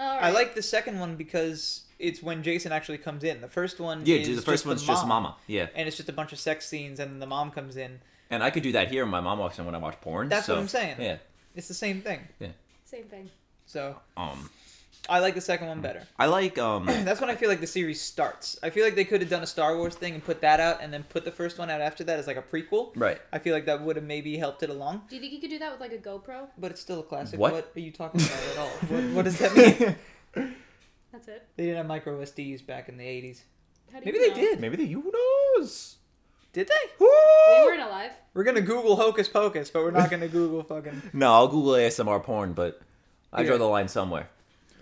Speaker 1: All right.
Speaker 2: I like the second one because it's when Jason actually comes in. The first one.
Speaker 3: Yeah,
Speaker 2: is
Speaker 3: dude, the first one's just
Speaker 2: mom,
Speaker 3: mama. Yeah.
Speaker 2: And it's just a bunch of sex scenes, and the mom comes in.
Speaker 3: And I could do that here when my mom walks in when I watch porn.
Speaker 2: That's what
Speaker 3: so-
Speaker 2: I'm saying.
Speaker 3: Yeah.
Speaker 2: It's the same thing.
Speaker 1: Same thing.
Speaker 2: So
Speaker 3: Um
Speaker 2: I like the second one better.
Speaker 3: I like um
Speaker 2: That's when I feel like the series starts. I feel like they could have done a Star Wars thing and put that out, and then put the first one out after that as like a prequel.
Speaker 3: Right.
Speaker 2: I feel like that would have maybe helped it along,
Speaker 1: Do you think you could do that with like a GoPro?
Speaker 2: but it's still a classic.
Speaker 3: What?
Speaker 2: are you talking about at all? What, what does that mean?
Speaker 1: That's it.
Speaker 2: they didn't have micro SDs back in the '80s.
Speaker 1: How do you
Speaker 2: Maybe they
Speaker 1: know?
Speaker 2: did.
Speaker 3: Maybe the who knows?
Speaker 2: Did they?
Speaker 1: We
Speaker 2: Woo!
Speaker 1: weren't alive.
Speaker 2: We're gonna Google Hocus Pocus, but we're not gonna Google fucking
Speaker 3: No, I'll Google ASMR porn, but I draw
Speaker 2: Yeah.
Speaker 3: the line somewhere.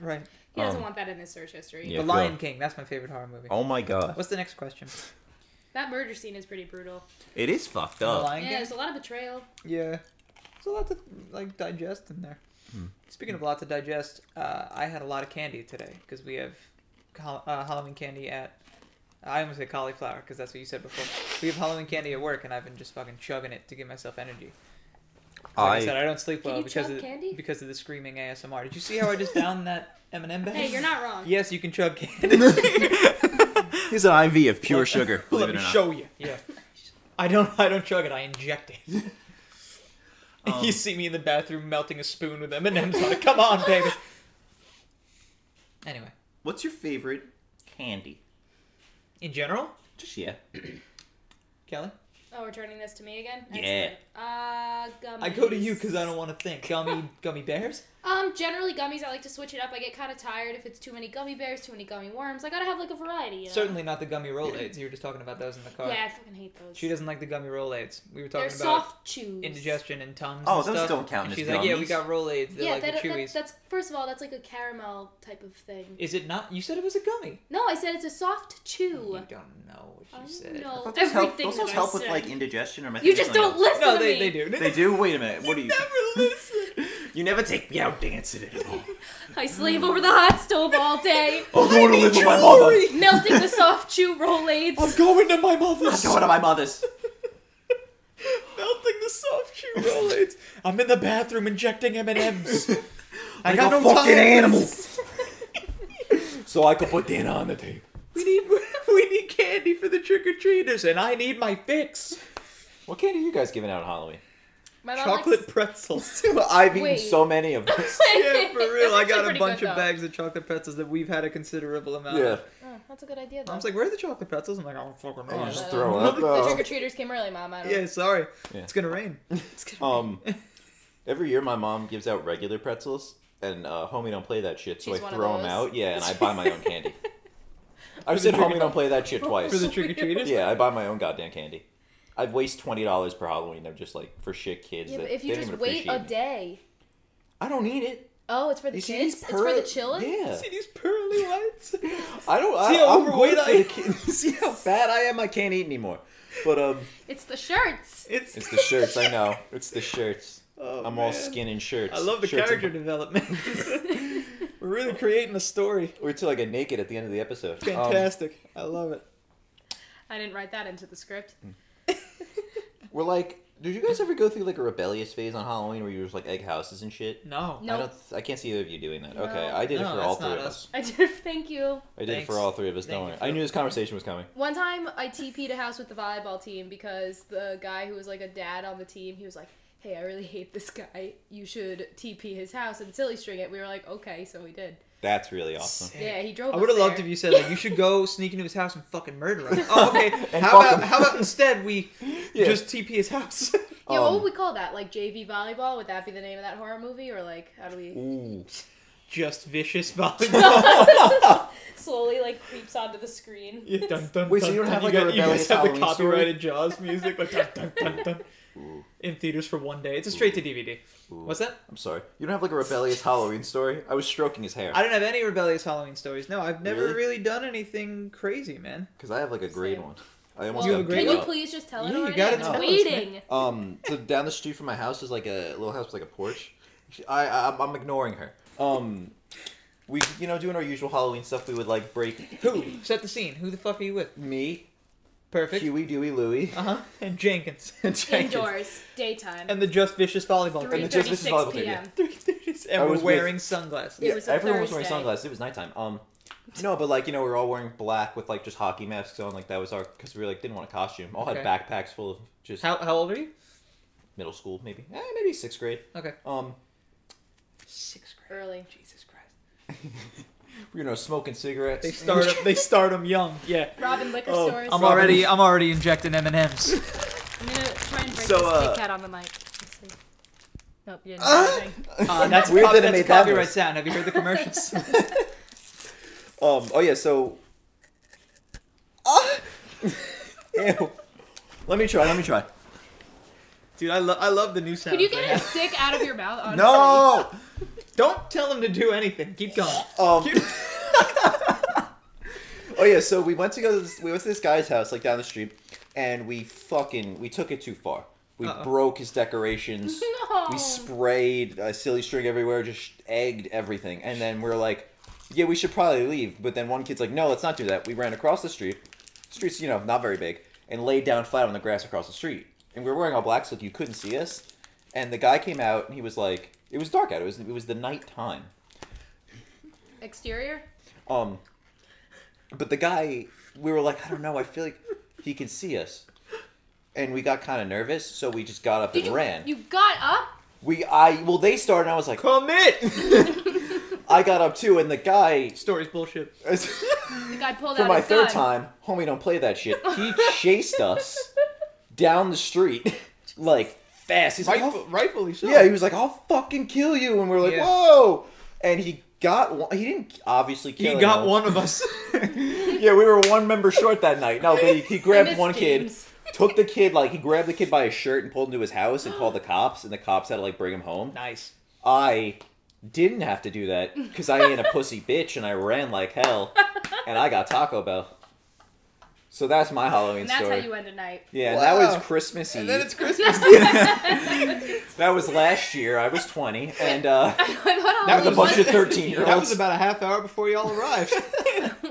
Speaker 2: right.
Speaker 1: He doesn't
Speaker 2: Oh.
Speaker 3: Um,
Speaker 1: want that in his search history.
Speaker 3: yeah.
Speaker 2: the
Speaker 3: cool.
Speaker 2: Lion King. That's my favorite horror movie.
Speaker 3: Oh my god.
Speaker 2: What's the next question?
Speaker 1: That murder scene is pretty brutal.
Speaker 3: It is fucked
Speaker 2: The
Speaker 3: up.
Speaker 2: Lion
Speaker 1: Yeah,
Speaker 2: King.
Speaker 1: there's a lot of betrayal.
Speaker 2: Yeah. There's a lot to like digest in there.
Speaker 3: Hmm.
Speaker 2: Speaking of a lot to digest, uh, I had a lot of candy today because we have Hall- uh, Halloween candy at. I almost said cauliflower because that's what you said before. We have Halloween candy at work, and I've been just fucking chugging it to give myself energy. 'Cause Like I,
Speaker 3: I-
Speaker 2: said, I don't sleep
Speaker 1: Can
Speaker 2: well
Speaker 1: you
Speaker 2: because
Speaker 1: chug
Speaker 2: of the,
Speaker 1: candy?
Speaker 2: because of the screaming ASMR. Did you see how I just downed that M&M bag?
Speaker 1: Hey, you're not wrong.
Speaker 2: Yes, you can chug candy.
Speaker 3: He's an IV of pure
Speaker 2: Let-
Speaker 3: sugar.
Speaker 2: Let
Speaker 3: Believe it
Speaker 2: me
Speaker 3: or not.
Speaker 2: show you. Yeah. I don't. I don't chug it. I inject it.
Speaker 3: Um,
Speaker 2: you see me in the bathroom melting a spoon with M and M's on it. Come on, baby. Anyway,
Speaker 3: What's your favorite candy?
Speaker 2: in general,
Speaker 3: Just yeah.
Speaker 2: Kelly,
Speaker 1: Oh, we're turning this to me again.
Speaker 3: Yeah.
Speaker 1: Excellent. Uh, gummies.
Speaker 2: I go to you because I don't want to think. Gummy, gummy bears.
Speaker 1: Um, generally gummies. I like to switch it up. I get kind of tired if it's too many gummy bears, too many gummy worms. I gotta have like a variety. You know?
Speaker 2: Certainly not the gummy roll aids. You were just talking about those in the car.
Speaker 1: Yeah, I fucking hate those.
Speaker 2: She doesn't like the gummy roll aids. We were
Speaker 1: They're
Speaker 2: talking about
Speaker 1: soft chews.
Speaker 2: indigestion and tums.
Speaker 3: Oh,
Speaker 2: and
Speaker 3: those
Speaker 2: stuff,
Speaker 3: don't count
Speaker 2: and
Speaker 3: as
Speaker 2: She's like, yeah, we
Speaker 3: gummies.
Speaker 2: got roll aids. They're
Speaker 1: Yeah,
Speaker 2: like
Speaker 1: that,
Speaker 2: the
Speaker 1: that-
Speaker 2: chewies.
Speaker 1: that's first of all, that's like a caramel type of thing.
Speaker 2: Is it not? You said it was a gummy.
Speaker 1: No, I said it's a soft
Speaker 2: You
Speaker 1: chew.
Speaker 2: don't know what you
Speaker 1: I
Speaker 2: said.
Speaker 1: know everything that I said.
Speaker 3: indigestion or
Speaker 1: You just don't listen
Speaker 2: No,
Speaker 1: to
Speaker 2: they,
Speaker 1: me.
Speaker 2: they do.
Speaker 3: do. Wait a minute. What are you?
Speaker 2: listen.
Speaker 3: You never take oh, me out dancing anymore.
Speaker 1: I slave over the hot stove all day,
Speaker 3: I'm going to live with my
Speaker 2: jewelry.
Speaker 1: melting the soft chew rollades.
Speaker 2: I'm going to my mother's.
Speaker 3: to my mother's.
Speaker 2: Melting the soft shoe rollades. I'm in the bathroom injecting M and M's. I
Speaker 3: Like
Speaker 2: got
Speaker 3: a
Speaker 2: no
Speaker 3: fucking
Speaker 2: time.
Speaker 3: animal. so I could put dinner on the table.
Speaker 2: We need we need candy for the trick or treaters, and I need my fix.
Speaker 3: What candy are you guys giving out on Halloween?
Speaker 1: My mom
Speaker 2: Chocolate
Speaker 1: likes-
Speaker 2: pretzels.
Speaker 3: I've eaten
Speaker 1: Wait.
Speaker 3: so many of those.
Speaker 2: yeah, for real.
Speaker 1: That's
Speaker 2: I
Speaker 1: actually
Speaker 2: got a
Speaker 1: pretty
Speaker 2: bunch
Speaker 1: good,
Speaker 2: of
Speaker 1: though.
Speaker 2: bags of chocolate pretzels that we've had a considerable amount.
Speaker 3: yeah.
Speaker 2: of.
Speaker 1: Oh, that's a good idea. Though.
Speaker 2: I was like, "Where are the chocolate pretzels?" I'm like, "I don't fucking know."
Speaker 3: You just
Speaker 1: Uh,
Speaker 3: throw up.
Speaker 1: the
Speaker 3: uh,
Speaker 1: trick or treaters came early, mom. I don't
Speaker 2: Yeah, sorry.
Speaker 3: Yeah.
Speaker 2: It's gonna rain.
Speaker 3: Um, every year my mom gives out regular pretzels, and uh, homie don't play that shit, so
Speaker 1: She's
Speaker 3: I
Speaker 1: one of
Speaker 3: throw them
Speaker 1: those.
Speaker 3: out. Yeah, and I buy my own candy. I've said homie don't play that shit twice.
Speaker 2: For the trick or treaters.
Speaker 3: yeah, I buy my own goddamn candy. I waste twenty dollars per Halloween. I'm just like for shit kids.
Speaker 1: Yeah,
Speaker 3: that
Speaker 1: but if
Speaker 3: they
Speaker 1: you
Speaker 3: don't
Speaker 1: just
Speaker 3: even
Speaker 1: wait a
Speaker 3: appreciate me.
Speaker 1: day.
Speaker 3: I don't need it.
Speaker 1: Oh, it's for the
Speaker 3: You see
Speaker 1: kids.
Speaker 3: these
Speaker 1: It's for the
Speaker 3: pearl-
Speaker 1: children.
Speaker 3: Yeah,
Speaker 2: See these pearly lights?
Speaker 3: I don't. I,
Speaker 2: See how
Speaker 3: I'm
Speaker 2: overweight
Speaker 3: good for
Speaker 2: I
Speaker 3: the
Speaker 2: am?
Speaker 3: kids. See how fat I am. I can't eat anymore. But um,
Speaker 1: It's the shirts.
Speaker 2: It's,
Speaker 3: it's the shirts. I know. It's the shirts.
Speaker 2: Oh,
Speaker 3: I'm
Speaker 2: man.
Speaker 3: all skin and shirts.
Speaker 2: I love the
Speaker 3: Shirts and-
Speaker 2: character development. We're really creating a story.
Speaker 3: We're to like a naked at the end of the episode. Um,
Speaker 2: Fantastic. I love it.
Speaker 1: I didn't write that into the script.
Speaker 3: Mm. We're like, did you guys ever go through like a rebellious phase on Halloween where you were just like egg houses and shit?
Speaker 2: No.
Speaker 1: No.
Speaker 3: I don't. I can't see either of you doing that.
Speaker 1: No.
Speaker 3: Okay, I did it
Speaker 2: No,
Speaker 3: for all
Speaker 2: that's
Speaker 3: three
Speaker 2: not
Speaker 3: of us.
Speaker 2: us.
Speaker 1: I did. Thank you.
Speaker 3: I did it for
Speaker 2: Thanks.
Speaker 3: all three of us.
Speaker 2: Thank
Speaker 3: Don't
Speaker 2: you
Speaker 3: worry.
Speaker 2: for
Speaker 3: I
Speaker 2: that.
Speaker 3: knew this conversation was coming.
Speaker 1: One time, I TP'd a house with the volleyball team because the guy who was like a dad on the team, he was like, "Hey, I really hate this guy. You should TP his house and silly string it." We were like, "Okay," so we did.
Speaker 3: That's really awesome.
Speaker 2: Sick.
Speaker 1: Yeah, he drove.
Speaker 2: I would have
Speaker 1: us
Speaker 2: loved
Speaker 1: there.
Speaker 2: if you said like you should go sneak into his house and fucking murder him. Oh, okay.
Speaker 3: And
Speaker 2: how
Speaker 3: fuck
Speaker 2: about
Speaker 3: him.
Speaker 2: how about instead we
Speaker 3: Yeah.
Speaker 2: just TP his house?
Speaker 1: Yeah, what
Speaker 3: Um,
Speaker 1: would we call that? Like JV volleyball? Would that be the name of that horror movie, or like how do we
Speaker 3: Ooh.
Speaker 2: just vicious volleyball.
Speaker 1: slowly like creeps onto the screen?
Speaker 2: Yeah, dun, dun,
Speaker 3: Wait, so you don't have, like, a
Speaker 2: got- you
Speaker 3: rebellious
Speaker 2: guys have the
Speaker 3: Halloween story?
Speaker 2: copyrighted Jaws music like dun, dun, dun, dun,
Speaker 3: Ooh.
Speaker 2: in theaters for one day. It's a straight to DVD.
Speaker 3: Ooh.
Speaker 2: What's that?
Speaker 3: I'm sorry. You don't have like a rebellious Halloween story. I was stroking his hair
Speaker 2: I don't have any rebellious Halloween stories. No, I've never
Speaker 3: Really?
Speaker 2: really, done anything crazy, man.
Speaker 3: because I have like a great
Speaker 1: Same.
Speaker 3: one. I almost
Speaker 2: You
Speaker 3: got
Speaker 2: have a great
Speaker 1: can
Speaker 3: beat
Speaker 2: one?
Speaker 1: you
Speaker 3: up.
Speaker 1: please just tell
Speaker 2: Yeah,
Speaker 1: it?
Speaker 2: you
Speaker 1: already?
Speaker 2: gotta
Speaker 1: I'm
Speaker 2: tell us, man.
Speaker 1: waiting.
Speaker 3: Um, so down the street from my house is like a little house with like a porch. She- I, I I'm- I'm ignoring her. Um, we you know doing our usual Halloween stuff. We would like break
Speaker 2: Who set the scene? Who the fuck are you with?
Speaker 3: me,
Speaker 2: Perfect.
Speaker 3: Huey, Dewey, Louie.
Speaker 2: Uh huh. And Jenkins. and Jenkins.
Speaker 1: Indoors, daytime,
Speaker 2: And the just vicious volleyball
Speaker 1: three
Speaker 3: and
Speaker 2: team.
Speaker 3: the Just Vicious
Speaker 1: thirty-six
Speaker 3: Volleyball Team,
Speaker 1: p.m.
Speaker 2: And
Speaker 3: I
Speaker 2: we're
Speaker 3: was with-
Speaker 2: wearing sunglasses.
Speaker 1: It was a
Speaker 3: everyone was wearing
Speaker 1: Thursday.
Speaker 3: sunglasses. It was nighttime. Um, no, but like you know, we were all wearing black with like just hockey masks on. Like that was our because we were like didn't want a costume. All
Speaker 2: Okay.
Speaker 3: had backpacks full of just
Speaker 2: How, how old are you?
Speaker 3: middle school, maybe eh, maybe sixth grade.
Speaker 2: Okay.
Speaker 3: Um,
Speaker 2: Sixth grade.
Speaker 1: Early.
Speaker 2: Jesus Christ.
Speaker 3: you know, smoking cigarettes.
Speaker 2: They start. they start them young. Yeah.
Speaker 1: Robin liquor
Speaker 2: Oh,
Speaker 1: stores.
Speaker 2: I'm already. I'm already injecting M and M's.
Speaker 1: I'm gonna try and break
Speaker 3: So,
Speaker 1: this
Speaker 3: uh,
Speaker 1: Kit Kat on the mic. Let's see. Nope, you didn't. do
Speaker 3: Ah!
Speaker 1: anything.
Speaker 2: Uh, That's
Speaker 3: Weird
Speaker 2: cop-
Speaker 3: that it
Speaker 2: that's
Speaker 3: made
Speaker 2: a
Speaker 3: that
Speaker 2: copyright
Speaker 3: noise.
Speaker 2: sound. Have you heard the commercials?
Speaker 3: Um. Oh yeah. So. Ah! Ew. Let me try. Let me try.
Speaker 2: Dude, I love. I love the new sound.
Speaker 1: Could you get a stick out of your mouth? Honestly?
Speaker 3: No.
Speaker 2: Don't tell him to do anything. Keep going.
Speaker 3: Um. oh yeah. So we went to go. To this, we went to this guy's house, like down the street, and we fucking we took it too far. We
Speaker 2: Uh-oh.
Speaker 3: broke his decorations.
Speaker 1: No.
Speaker 3: We sprayed uh, silly string everywhere, just egged everything, and then we're like, "Yeah, we should probably leave." But then one kid's like, "No, let's not do that." We ran across the street. Street's you know not very big, and laid down flat on the grass across the street. And we were wearing all black, so you couldn't see us. And the guy came out, and he was like, "It was dark out. It was it was the night time."
Speaker 1: Exterior.
Speaker 3: Um, but the guy, we were like, I don't know, I feel like he can see us, and we got kind of nervous, so we just got up
Speaker 1: Did
Speaker 3: and
Speaker 1: you?
Speaker 3: ran.
Speaker 1: You got up.
Speaker 3: we, I, well, they started, and I was like,
Speaker 2: Commit.
Speaker 3: I got up too, and the guy,
Speaker 2: Story's bullshit.
Speaker 1: The guy pulled
Speaker 3: for
Speaker 1: out
Speaker 3: my
Speaker 1: his
Speaker 3: third
Speaker 1: gun.
Speaker 3: time, homie, don't play that shit. He chased us down the street, like fast. He's like, "I'll
Speaker 2: Rightful, rightfully so.
Speaker 3: Yeah, he was like, "I'll fucking kill you," and we were like,
Speaker 2: Yeah.
Speaker 3: "Whoa!" And he got one. He didn't obviously
Speaker 2: He
Speaker 3: kill.
Speaker 2: got
Speaker 3: anyone.
Speaker 2: one of us.
Speaker 3: Yeah, we were one member short that night. No, but he, he
Speaker 1: I
Speaker 3: grabbed
Speaker 1: miss
Speaker 3: one
Speaker 1: games.
Speaker 3: kid, took the kid like he grabbed the kid by his shirt and pulled him to his house and called the cops, and the cops had to like bring him home.
Speaker 2: nice.
Speaker 3: I didn't have to do that because I ain't a pussy bitch and I ran like hell, and I got Taco Bell. So that's my Halloween
Speaker 1: And that's
Speaker 3: story.
Speaker 1: how you end a night.
Speaker 3: yeah, and that
Speaker 2: Wow.
Speaker 3: was Christmas Eve.
Speaker 2: And then it's Christmas.
Speaker 3: that was last year. I was twenty, and uh,
Speaker 1: I thought
Speaker 3: That was a
Speaker 1: Halloween
Speaker 3: bunch of
Speaker 1: Oh, was-
Speaker 3: 13 year olds.
Speaker 2: that was about a half hour before y'all arrived.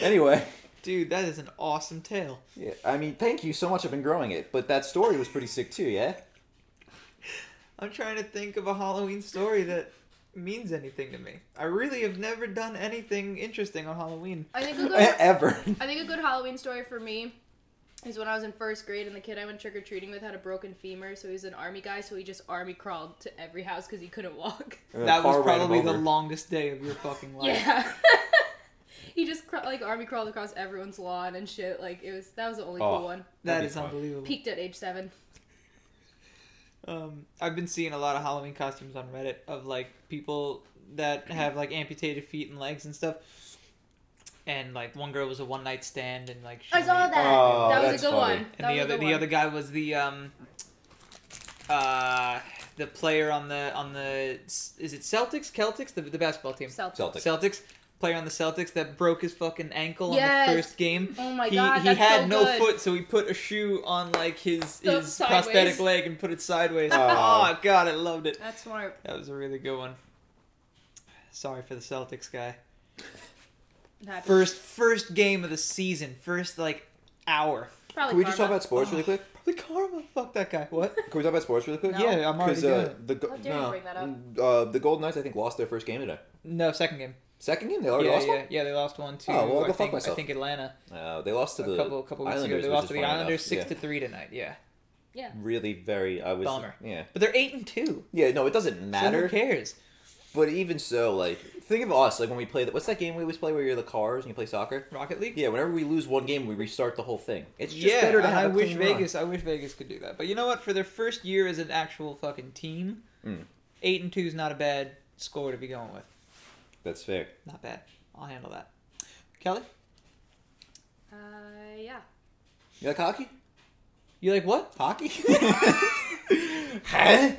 Speaker 3: anyway,
Speaker 2: Dude, that is an awesome tale.
Speaker 3: yeah, I mean, thank you so much. I've been growing it, but that story was pretty sick too. Yeah.
Speaker 2: I'm trying to think of a Halloween story that means anything to me. I really have never done anything interesting on Halloween.
Speaker 1: I think a good,
Speaker 3: Ever.
Speaker 1: I think a good Halloween story for me is when I was in first grade and the kid I went trick or treating with had a broken femur, so he was an army guy, so he just army crawled to every house because he couldn't walk.
Speaker 3: And a
Speaker 2: that was
Speaker 3: car ran him
Speaker 2: probably the
Speaker 3: over.
Speaker 2: longest day of your fucking life.
Speaker 1: Yeah. he just cra- like army crawled across everyone's lawn and shit. Like it was that was the only
Speaker 3: Oh.
Speaker 1: cool one.
Speaker 2: that
Speaker 6: That'd be
Speaker 2: is
Speaker 6: fun.
Speaker 2: unbelievable.
Speaker 1: Peaked at age seven.
Speaker 2: Um, I've been seeing a lot of Halloween costumes on Reddit of like people that have like amputated feet and legs and stuff. And like one girl was a one night stand and like she,
Speaker 1: I saw that.
Speaker 3: Oh,
Speaker 1: that was
Speaker 3: that's
Speaker 1: a good
Speaker 3: funny.
Speaker 1: one.
Speaker 2: and
Speaker 1: that
Speaker 2: the
Speaker 1: was
Speaker 2: other
Speaker 1: a good
Speaker 2: the
Speaker 1: one.
Speaker 2: other guy was the um uh the player on the on the is it Celtics Celtics the, the basketball team
Speaker 1: Celtics.
Speaker 3: Celtic.
Speaker 2: Celtics player on the Celtics that broke his fucking ankle
Speaker 1: Yes.
Speaker 2: on the first game.
Speaker 1: Oh my
Speaker 2: he
Speaker 1: god,
Speaker 2: he
Speaker 1: that's
Speaker 2: had
Speaker 1: so
Speaker 2: no
Speaker 1: good.
Speaker 2: foot, so he put a shoe on like his
Speaker 1: So
Speaker 2: his
Speaker 1: sideways.
Speaker 2: prosthetic leg and put it sideways.
Speaker 3: Oh.
Speaker 2: oh god, I loved it.
Speaker 1: That's smart.
Speaker 2: That was a really good one. Sorry for the Celtics guy.
Speaker 1: It happens.
Speaker 2: First first game of the season, first like hour.
Speaker 1: Probably
Speaker 3: Can we just talk
Speaker 1: karma.
Speaker 3: about sports really quick?
Speaker 2: Probably karma. Fuck that guy. What?
Speaker 3: Can we talk about sports really quick?
Speaker 1: No.
Speaker 2: Yeah, I'm already
Speaker 3: Because
Speaker 2: doing
Speaker 3: uh,
Speaker 2: it.
Speaker 3: the go-
Speaker 1: How dare you
Speaker 3: no.
Speaker 1: bring that up?
Speaker 3: Uh, the Golden Knights, I think, lost their first game today.
Speaker 2: No, second game.
Speaker 3: Second game, they already
Speaker 2: Yeah,
Speaker 3: lost
Speaker 2: yeah, yeah. They lost one too.
Speaker 3: Oh, well,
Speaker 2: I,
Speaker 3: go fuck
Speaker 2: think, I
Speaker 3: myself.
Speaker 2: think Atlanta
Speaker 3: one. Uh, they lost to the
Speaker 2: a couple couple weeks
Speaker 3: Islanders,
Speaker 2: ago. They
Speaker 3: which
Speaker 2: lost
Speaker 3: is
Speaker 2: to the
Speaker 3: funny
Speaker 2: Islanders
Speaker 3: enough.
Speaker 2: six
Speaker 3: yeah.
Speaker 2: to three tonight. Yeah,
Speaker 1: Yeah.
Speaker 3: Really, very. I was
Speaker 2: Bummer.
Speaker 3: Yeah,
Speaker 2: but they're eight and two.
Speaker 3: yeah. No, it doesn't
Speaker 2: so
Speaker 3: matter.
Speaker 2: who cares?
Speaker 3: But even so, like, think of us. Like when we play that. What's that game we always play where you're the cars and you play soccer?
Speaker 2: Rocket League.
Speaker 3: Yeah. Whenever we lose one game, we restart the whole thing. It's just
Speaker 2: Yeah,
Speaker 3: better to
Speaker 2: and
Speaker 3: have.
Speaker 2: I
Speaker 3: a
Speaker 2: wish
Speaker 3: clean run.
Speaker 2: Vegas. I wish Vegas could do that. But you know what? For their first year as an actual fucking team,
Speaker 3: Mm.
Speaker 2: eight and two is not a bad score to be going with.
Speaker 3: That's fair.
Speaker 2: Not bad. I'll handle that. Kelly,
Speaker 1: Uh, yeah.
Speaker 3: You like hockey?
Speaker 2: you like what?
Speaker 3: Hockey?
Speaker 1: I'm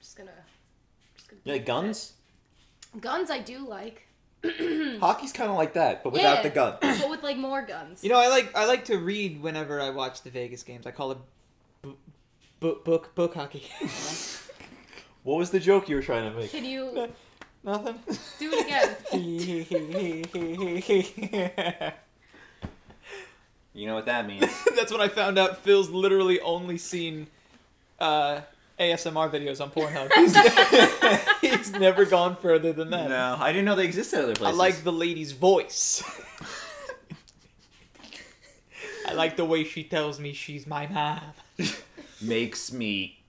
Speaker 1: just gonna. Just gonna
Speaker 3: you like guns?
Speaker 1: Guns I do like,
Speaker 3: Hockey's kind of like that, but without
Speaker 1: Yeah.
Speaker 3: the gun.
Speaker 1: but with like more guns.
Speaker 2: You know, I like I like to read whenever I watch the Vegas games. I call it bu- bu- book book hockey.
Speaker 3: What was the joke you were trying to make?
Speaker 1: Can you
Speaker 2: Nothing.
Speaker 1: do it again?
Speaker 3: You know what that means.
Speaker 2: That's when I found out Phil's literally only seen uh, ASMR videos on Pornhub. He's, he's never gone further than that.
Speaker 3: no, I didn't know they existed other
Speaker 2: I
Speaker 3: places.
Speaker 2: like the lady's voice. I like the way she tells me she's my mom.
Speaker 3: makes me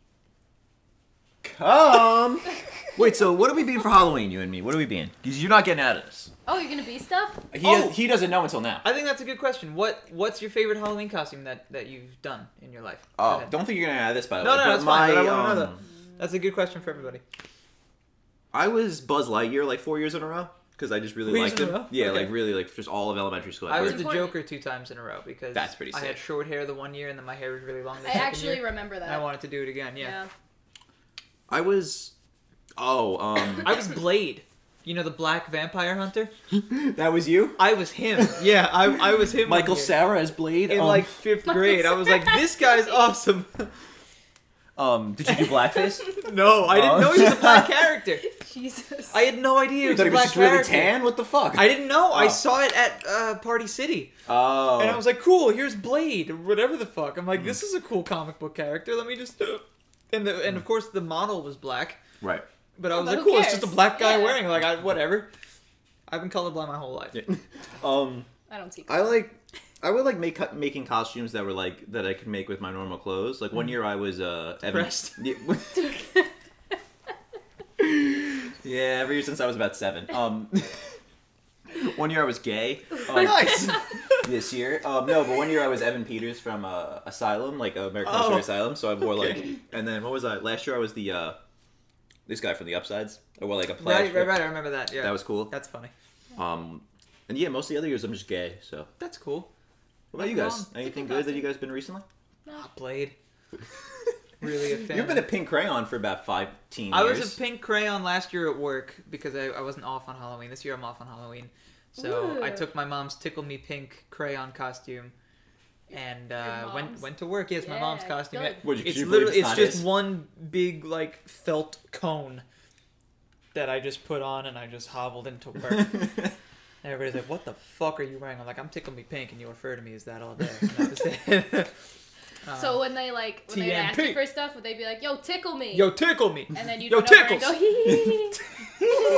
Speaker 3: come. Wait, so what are we being for Halloween, you and me? What are we being? Because you're not getting out of this.
Speaker 1: Oh, you're gonna be stuff?
Speaker 3: He,
Speaker 2: Oh.
Speaker 3: he doesn't know until now.
Speaker 2: I think that's a good question. What What's your favorite Halloween costume that, that you've done in your life? Go
Speaker 3: Oh,
Speaker 2: ahead.
Speaker 3: don't think you're gonna out of this, by the
Speaker 2: No,
Speaker 3: way.
Speaker 2: no,
Speaker 3: but
Speaker 2: that's fine, but I
Speaker 3: my,
Speaker 2: wanna know
Speaker 3: um,
Speaker 2: That's a good question for everybody.
Speaker 3: I was Buzz Lightyear like four years in a row because I just really
Speaker 2: Four years
Speaker 3: liked
Speaker 2: in a
Speaker 3: him.
Speaker 2: row?
Speaker 3: Yeah,
Speaker 2: Okay.
Speaker 3: like really, like just all of elementary school.
Speaker 2: I was
Speaker 3: heard.
Speaker 2: the
Speaker 1: Important.
Speaker 2: Joker two times in a row because
Speaker 3: That's pretty
Speaker 2: I had
Speaker 3: sick.
Speaker 2: short hair the one year and then my hair was really long. The
Speaker 1: I
Speaker 2: second
Speaker 1: actually
Speaker 2: year,
Speaker 1: remember that.
Speaker 2: and I wanted to do it again. Yeah,
Speaker 3: I was. Oh, um,
Speaker 2: I was Blade. You know the black vampire hunter?
Speaker 3: that was you,
Speaker 2: I was him. Yeah, I, I was him.
Speaker 3: Michael
Speaker 2: one year.
Speaker 3: Sarah as Blade.
Speaker 2: in
Speaker 3: um,
Speaker 2: like fifth grade. I was like, this guy's awesome.
Speaker 3: um, did you do blackface?
Speaker 2: no, I didn't
Speaker 3: Oh.
Speaker 2: know he was a black character.
Speaker 1: Jesus.
Speaker 2: I had no idea he
Speaker 3: you
Speaker 2: was
Speaker 3: thought
Speaker 2: a
Speaker 3: he was
Speaker 2: black
Speaker 3: just really
Speaker 2: character.
Speaker 3: tan. What the fuck?
Speaker 2: I didn't know. I
Speaker 3: Oh.
Speaker 2: saw it at uh, Party City,
Speaker 3: oh,
Speaker 2: and I was like, "Cool, here's Blade, or whatever the fuck." I'm like, "This is a cool comic book character. Let me just," and the, and of course the model was black.
Speaker 3: right.
Speaker 2: But I was
Speaker 1: Oh, But
Speaker 2: like,
Speaker 1: who
Speaker 2: cool, it's just a
Speaker 1: cares?
Speaker 2: black guy
Speaker 1: Yeah.
Speaker 2: wearing it. like I, whatever. I've been colorblind my whole life.
Speaker 3: Yeah. Um,
Speaker 1: I don't see.
Speaker 3: I like. I would like make making costumes that were like that I could make with my normal clothes. Like one year I was uh Evan.
Speaker 2: Depressed.
Speaker 3: Yeah, yeah, every year since I was about seven. Um, one year I was gay. Um,
Speaker 2: Nice.
Speaker 3: this year. Um, no, but one year I was Evan Peters from uh, Asylum, like uh, American
Speaker 2: Oh.
Speaker 3: Military Asylum. So I wore like, and then what was I? Last year I was the uh, this guy from the Upsides. I wore like a plaid.
Speaker 2: right,
Speaker 3: shirt.
Speaker 2: right, right. I remember that. Yeah,
Speaker 3: That was cool.
Speaker 2: that's funny.
Speaker 3: Um, and yeah, most of the other years I'm just gay. So
Speaker 2: That's cool.
Speaker 3: what about you
Speaker 2: Nothing
Speaker 3: guys?
Speaker 2: wrong.
Speaker 3: Anything
Speaker 1: Different
Speaker 3: good that
Speaker 1: costume.
Speaker 3: you guys been recently?
Speaker 1: Oh,
Speaker 2: Blade. really a fan.
Speaker 3: You've been a pink crayon for about five teen
Speaker 2: I
Speaker 3: years.
Speaker 2: was a pink crayon last year at work because I, I wasn't off on Halloween. This year I'm off on Halloween, so
Speaker 1: Ooh.
Speaker 2: I took my mom's tickle me pink crayon costume and uh, went
Speaker 1: mom's?
Speaker 2: went to work. Yes, my mom's
Speaker 1: Yeah,
Speaker 2: costume.
Speaker 1: good.
Speaker 3: Would you- could
Speaker 2: it's
Speaker 3: you believe
Speaker 2: literally
Speaker 3: it's
Speaker 2: it's
Speaker 3: not
Speaker 2: just
Speaker 3: his?
Speaker 2: one big like felt cone that I just put on and I just hobbled into work. And everybody's like, "What the fuck are you wearing?" I'm like, "I'm tickle me pink," and you refer to me as that all day. And that was it.
Speaker 1: so when they like when they ask you
Speaker 2: TNP.
Speaker 1: for stuff, would they be like, "Yo, tickle me"?
Speaker 2: Yo, tickle me.
Speaker 1: and then you
Speaker 2: yo,
Speaker 1: would over and
Speaker 2: tickles.
Speaker 1: go, "Hee."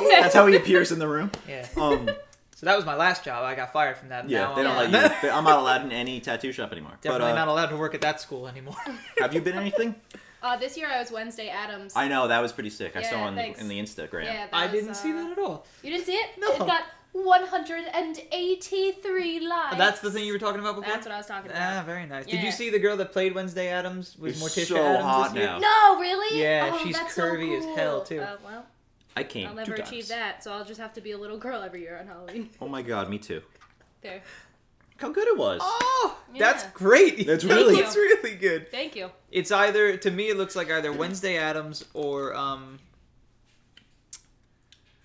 Speaker 3: That's how he appears in the room.
Speaker 2: Yeah.
Speaker 3: Um,
Speaker 2: So that was my last job. I got fired from that.
Speaker 3: yeah,
Speaker 2: now
Speaker 3: they don't
Speaker 2: I'm-
Speaker 3: let you. they- I'm not allowed in any tattoo shop anymore.
Speaker 2: Definitely
Speaker 3: but, uh,
Speaker 2: not allowed to work at that school anymore.
Speaker 3: Have you been anything?
Speaker 1: Uh, this year I was Wednesday Adams.
Speaker 3: I know that was pretty sick. I
Speaker 1: Yeah,
Speaker 3: saw on
Speaker 1: thanks.
Speaker 3: in the Instagram.
Speaker 1: yeah, that
Speaker 2: I
Speaker 1: was,
Speaker 2: didn't see
Speaker 1: uh,
Speaker 2: that at all.
Speaker 1: You didn't see it?
Speaker 2: No.
Speaker 1: It got 183 likes.
Speaker 2: Oh, That's the thing you were talking about before.
Speaker 1: That's what I was talking about.
Speaker 2: Ah, very nice. Did
Speaker 1: Yeah.
Speaker 2: you see the girl that played Wednesday Adams was
Speaker 3: It's
Speaker 2: Morticia
Speaker 3: so
Speaker 2: Adams
Speaker 3: hot
Speaker 2: this year?
Speaker 3: now.
Speaker 1: No, really?
Speaker 2: Yeah,
Speaker 1: Oh,
Speaker 2: she's
Speaker 1: that's so
Speaker 2: curvy as hell,
Speaker 1: cool.
Speaker 2: too.
Speaker 1: Uh, well,
Speaker 3: I came.
Speaker 1: I'll never
Speaker 3: two times.
Speaker 1: achieve that, so I'll just have to be a little girl every year on Halloween.
Speaker 3: Oh my god, me too.
Speaker 1: There.
Speaker 3: Look How good it was.
Speaker 2: Oh,
Speaker 1: Yeah.
Speaker 2: that's great.
Speaker 3: That's
Speaker 2: That
Speaker 3: really-
Speaker 2: looks really good.
Speaker 1: Thank you.
Speaker 2: It's either to me it looks like either Wednesday Adams or um,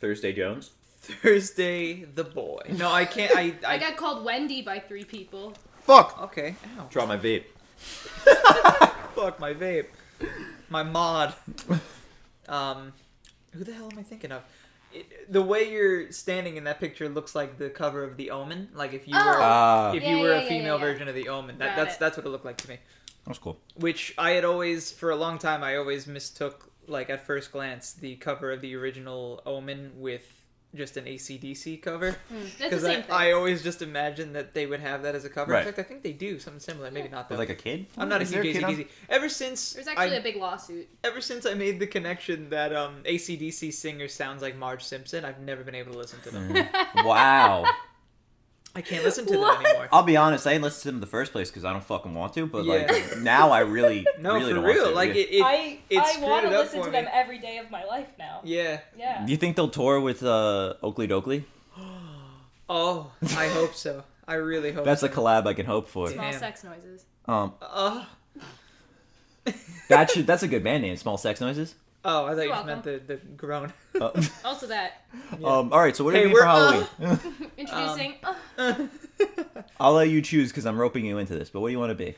Speaker 3: Thursday Jones.
Speaker 2: Thursday the boy. No, I can't. I, I,
Speaker 1: I, got called Wendy by three people.
Speaker 2: fuck. Okay. Ow.
Speaker 3: Draw my vape.
Speaker 2: Fuck my vape. My mod. Um, who the hell am I thinking of? It, the way you're standing in that picture looks like the cover of The Omen. Like if you were
Speaker 1: Oh.
Speaker 3: Ah,
Speaker 2: if
Speaker 1: Yeah,
Speaker 2: you were
Speaker 1: yeah,
Speaker 2: a
Speaker 1: yeah,
Speaker 2: female
Speaker 1: yeah, yeah.
Speaker 2: version of The Omen. That,
Speaker 1: Got
Speaker 2: that's
Speaker 1: it.
Speaker 2: that's what it looked like to me.
Speaker 3: that's cool.
Speaker 2: which I had always, for a long time, I always mistook, like at first glance, the cover of the original Omen with just an ACDC cover.
Speaker 1: That's the
Speaker 2: I,
Speaker 1: same thing.
Speaker 2: I always just imagined that they would have that as a cover.
Speaker 3: Right.
Speaker 2: In fact, I think they do something similar. Maybe not though.
Speaker 3: With like a kid.
Speaker 2: I'm not a
Speaker 3: Is there
Speaker 2: huge
Speaker 3: kid on-
Speaker 2: ACDC. Ever since
Speaker 1: There's
Speaker 2: I,
Speaker 1: actually a big lawsuit.
Speaker 2: ever since I made the connection that um, ACDC singer sounds like Marge Simpson, I've never been able to listen to them.
Speaker 3: Mm. Wow.
Speaker 2: I can't listen to them
Speaker 1: What?
Speaker 2: anymore.
Speaker 3: I'll be honest. I didn't listen to him in the first place because I don't fucking want to. But
Speaker 2: Yeah.
Speaker 3: like now, I really,
Speaker 2: No,
Speaker 3: really
Speaker 2: for
Speaker 3: don't
Speaker 2: real.
Speaker 3: Want to.
Speaker 2: Like it, it, it screwed it up for me.
Speaker 1: every day of my life now.
Speaker 2: Yeah.
Speaker 1: Yeah.
Speaker 3: Do you think they'll tour with uh, Oakley Doakley?
Speaker 2: Oh, I hope so. I really hope.
Speaker 3: That's a collab I can hope for.
Speaker 1: Small
Speaker 2: Damn.
Speaker 1: sex noises.
Speaker 3: Um,
Speaker 2: Uh,
Speaker 3: that should, that's a good band name. Small sex noises.
Speaker 2: Oh, I thought you
Speaker 1: You're
Speaker 2: just meant the, the groan.
Speaker 3: Uh,
Speaker 1: Also that.
Speaker 3: um, all right, so what do
Speaker 2: Hey,
Speaker 3: you mean for
Speaker 2: we're-
Speaker 3: Halloween?
Speaker 1: Introducing.
Speaker 2: Um,
Speaker 1: uh,
Speaker 3: I'll let you choose because I'm roping you into this. But what do you want to be?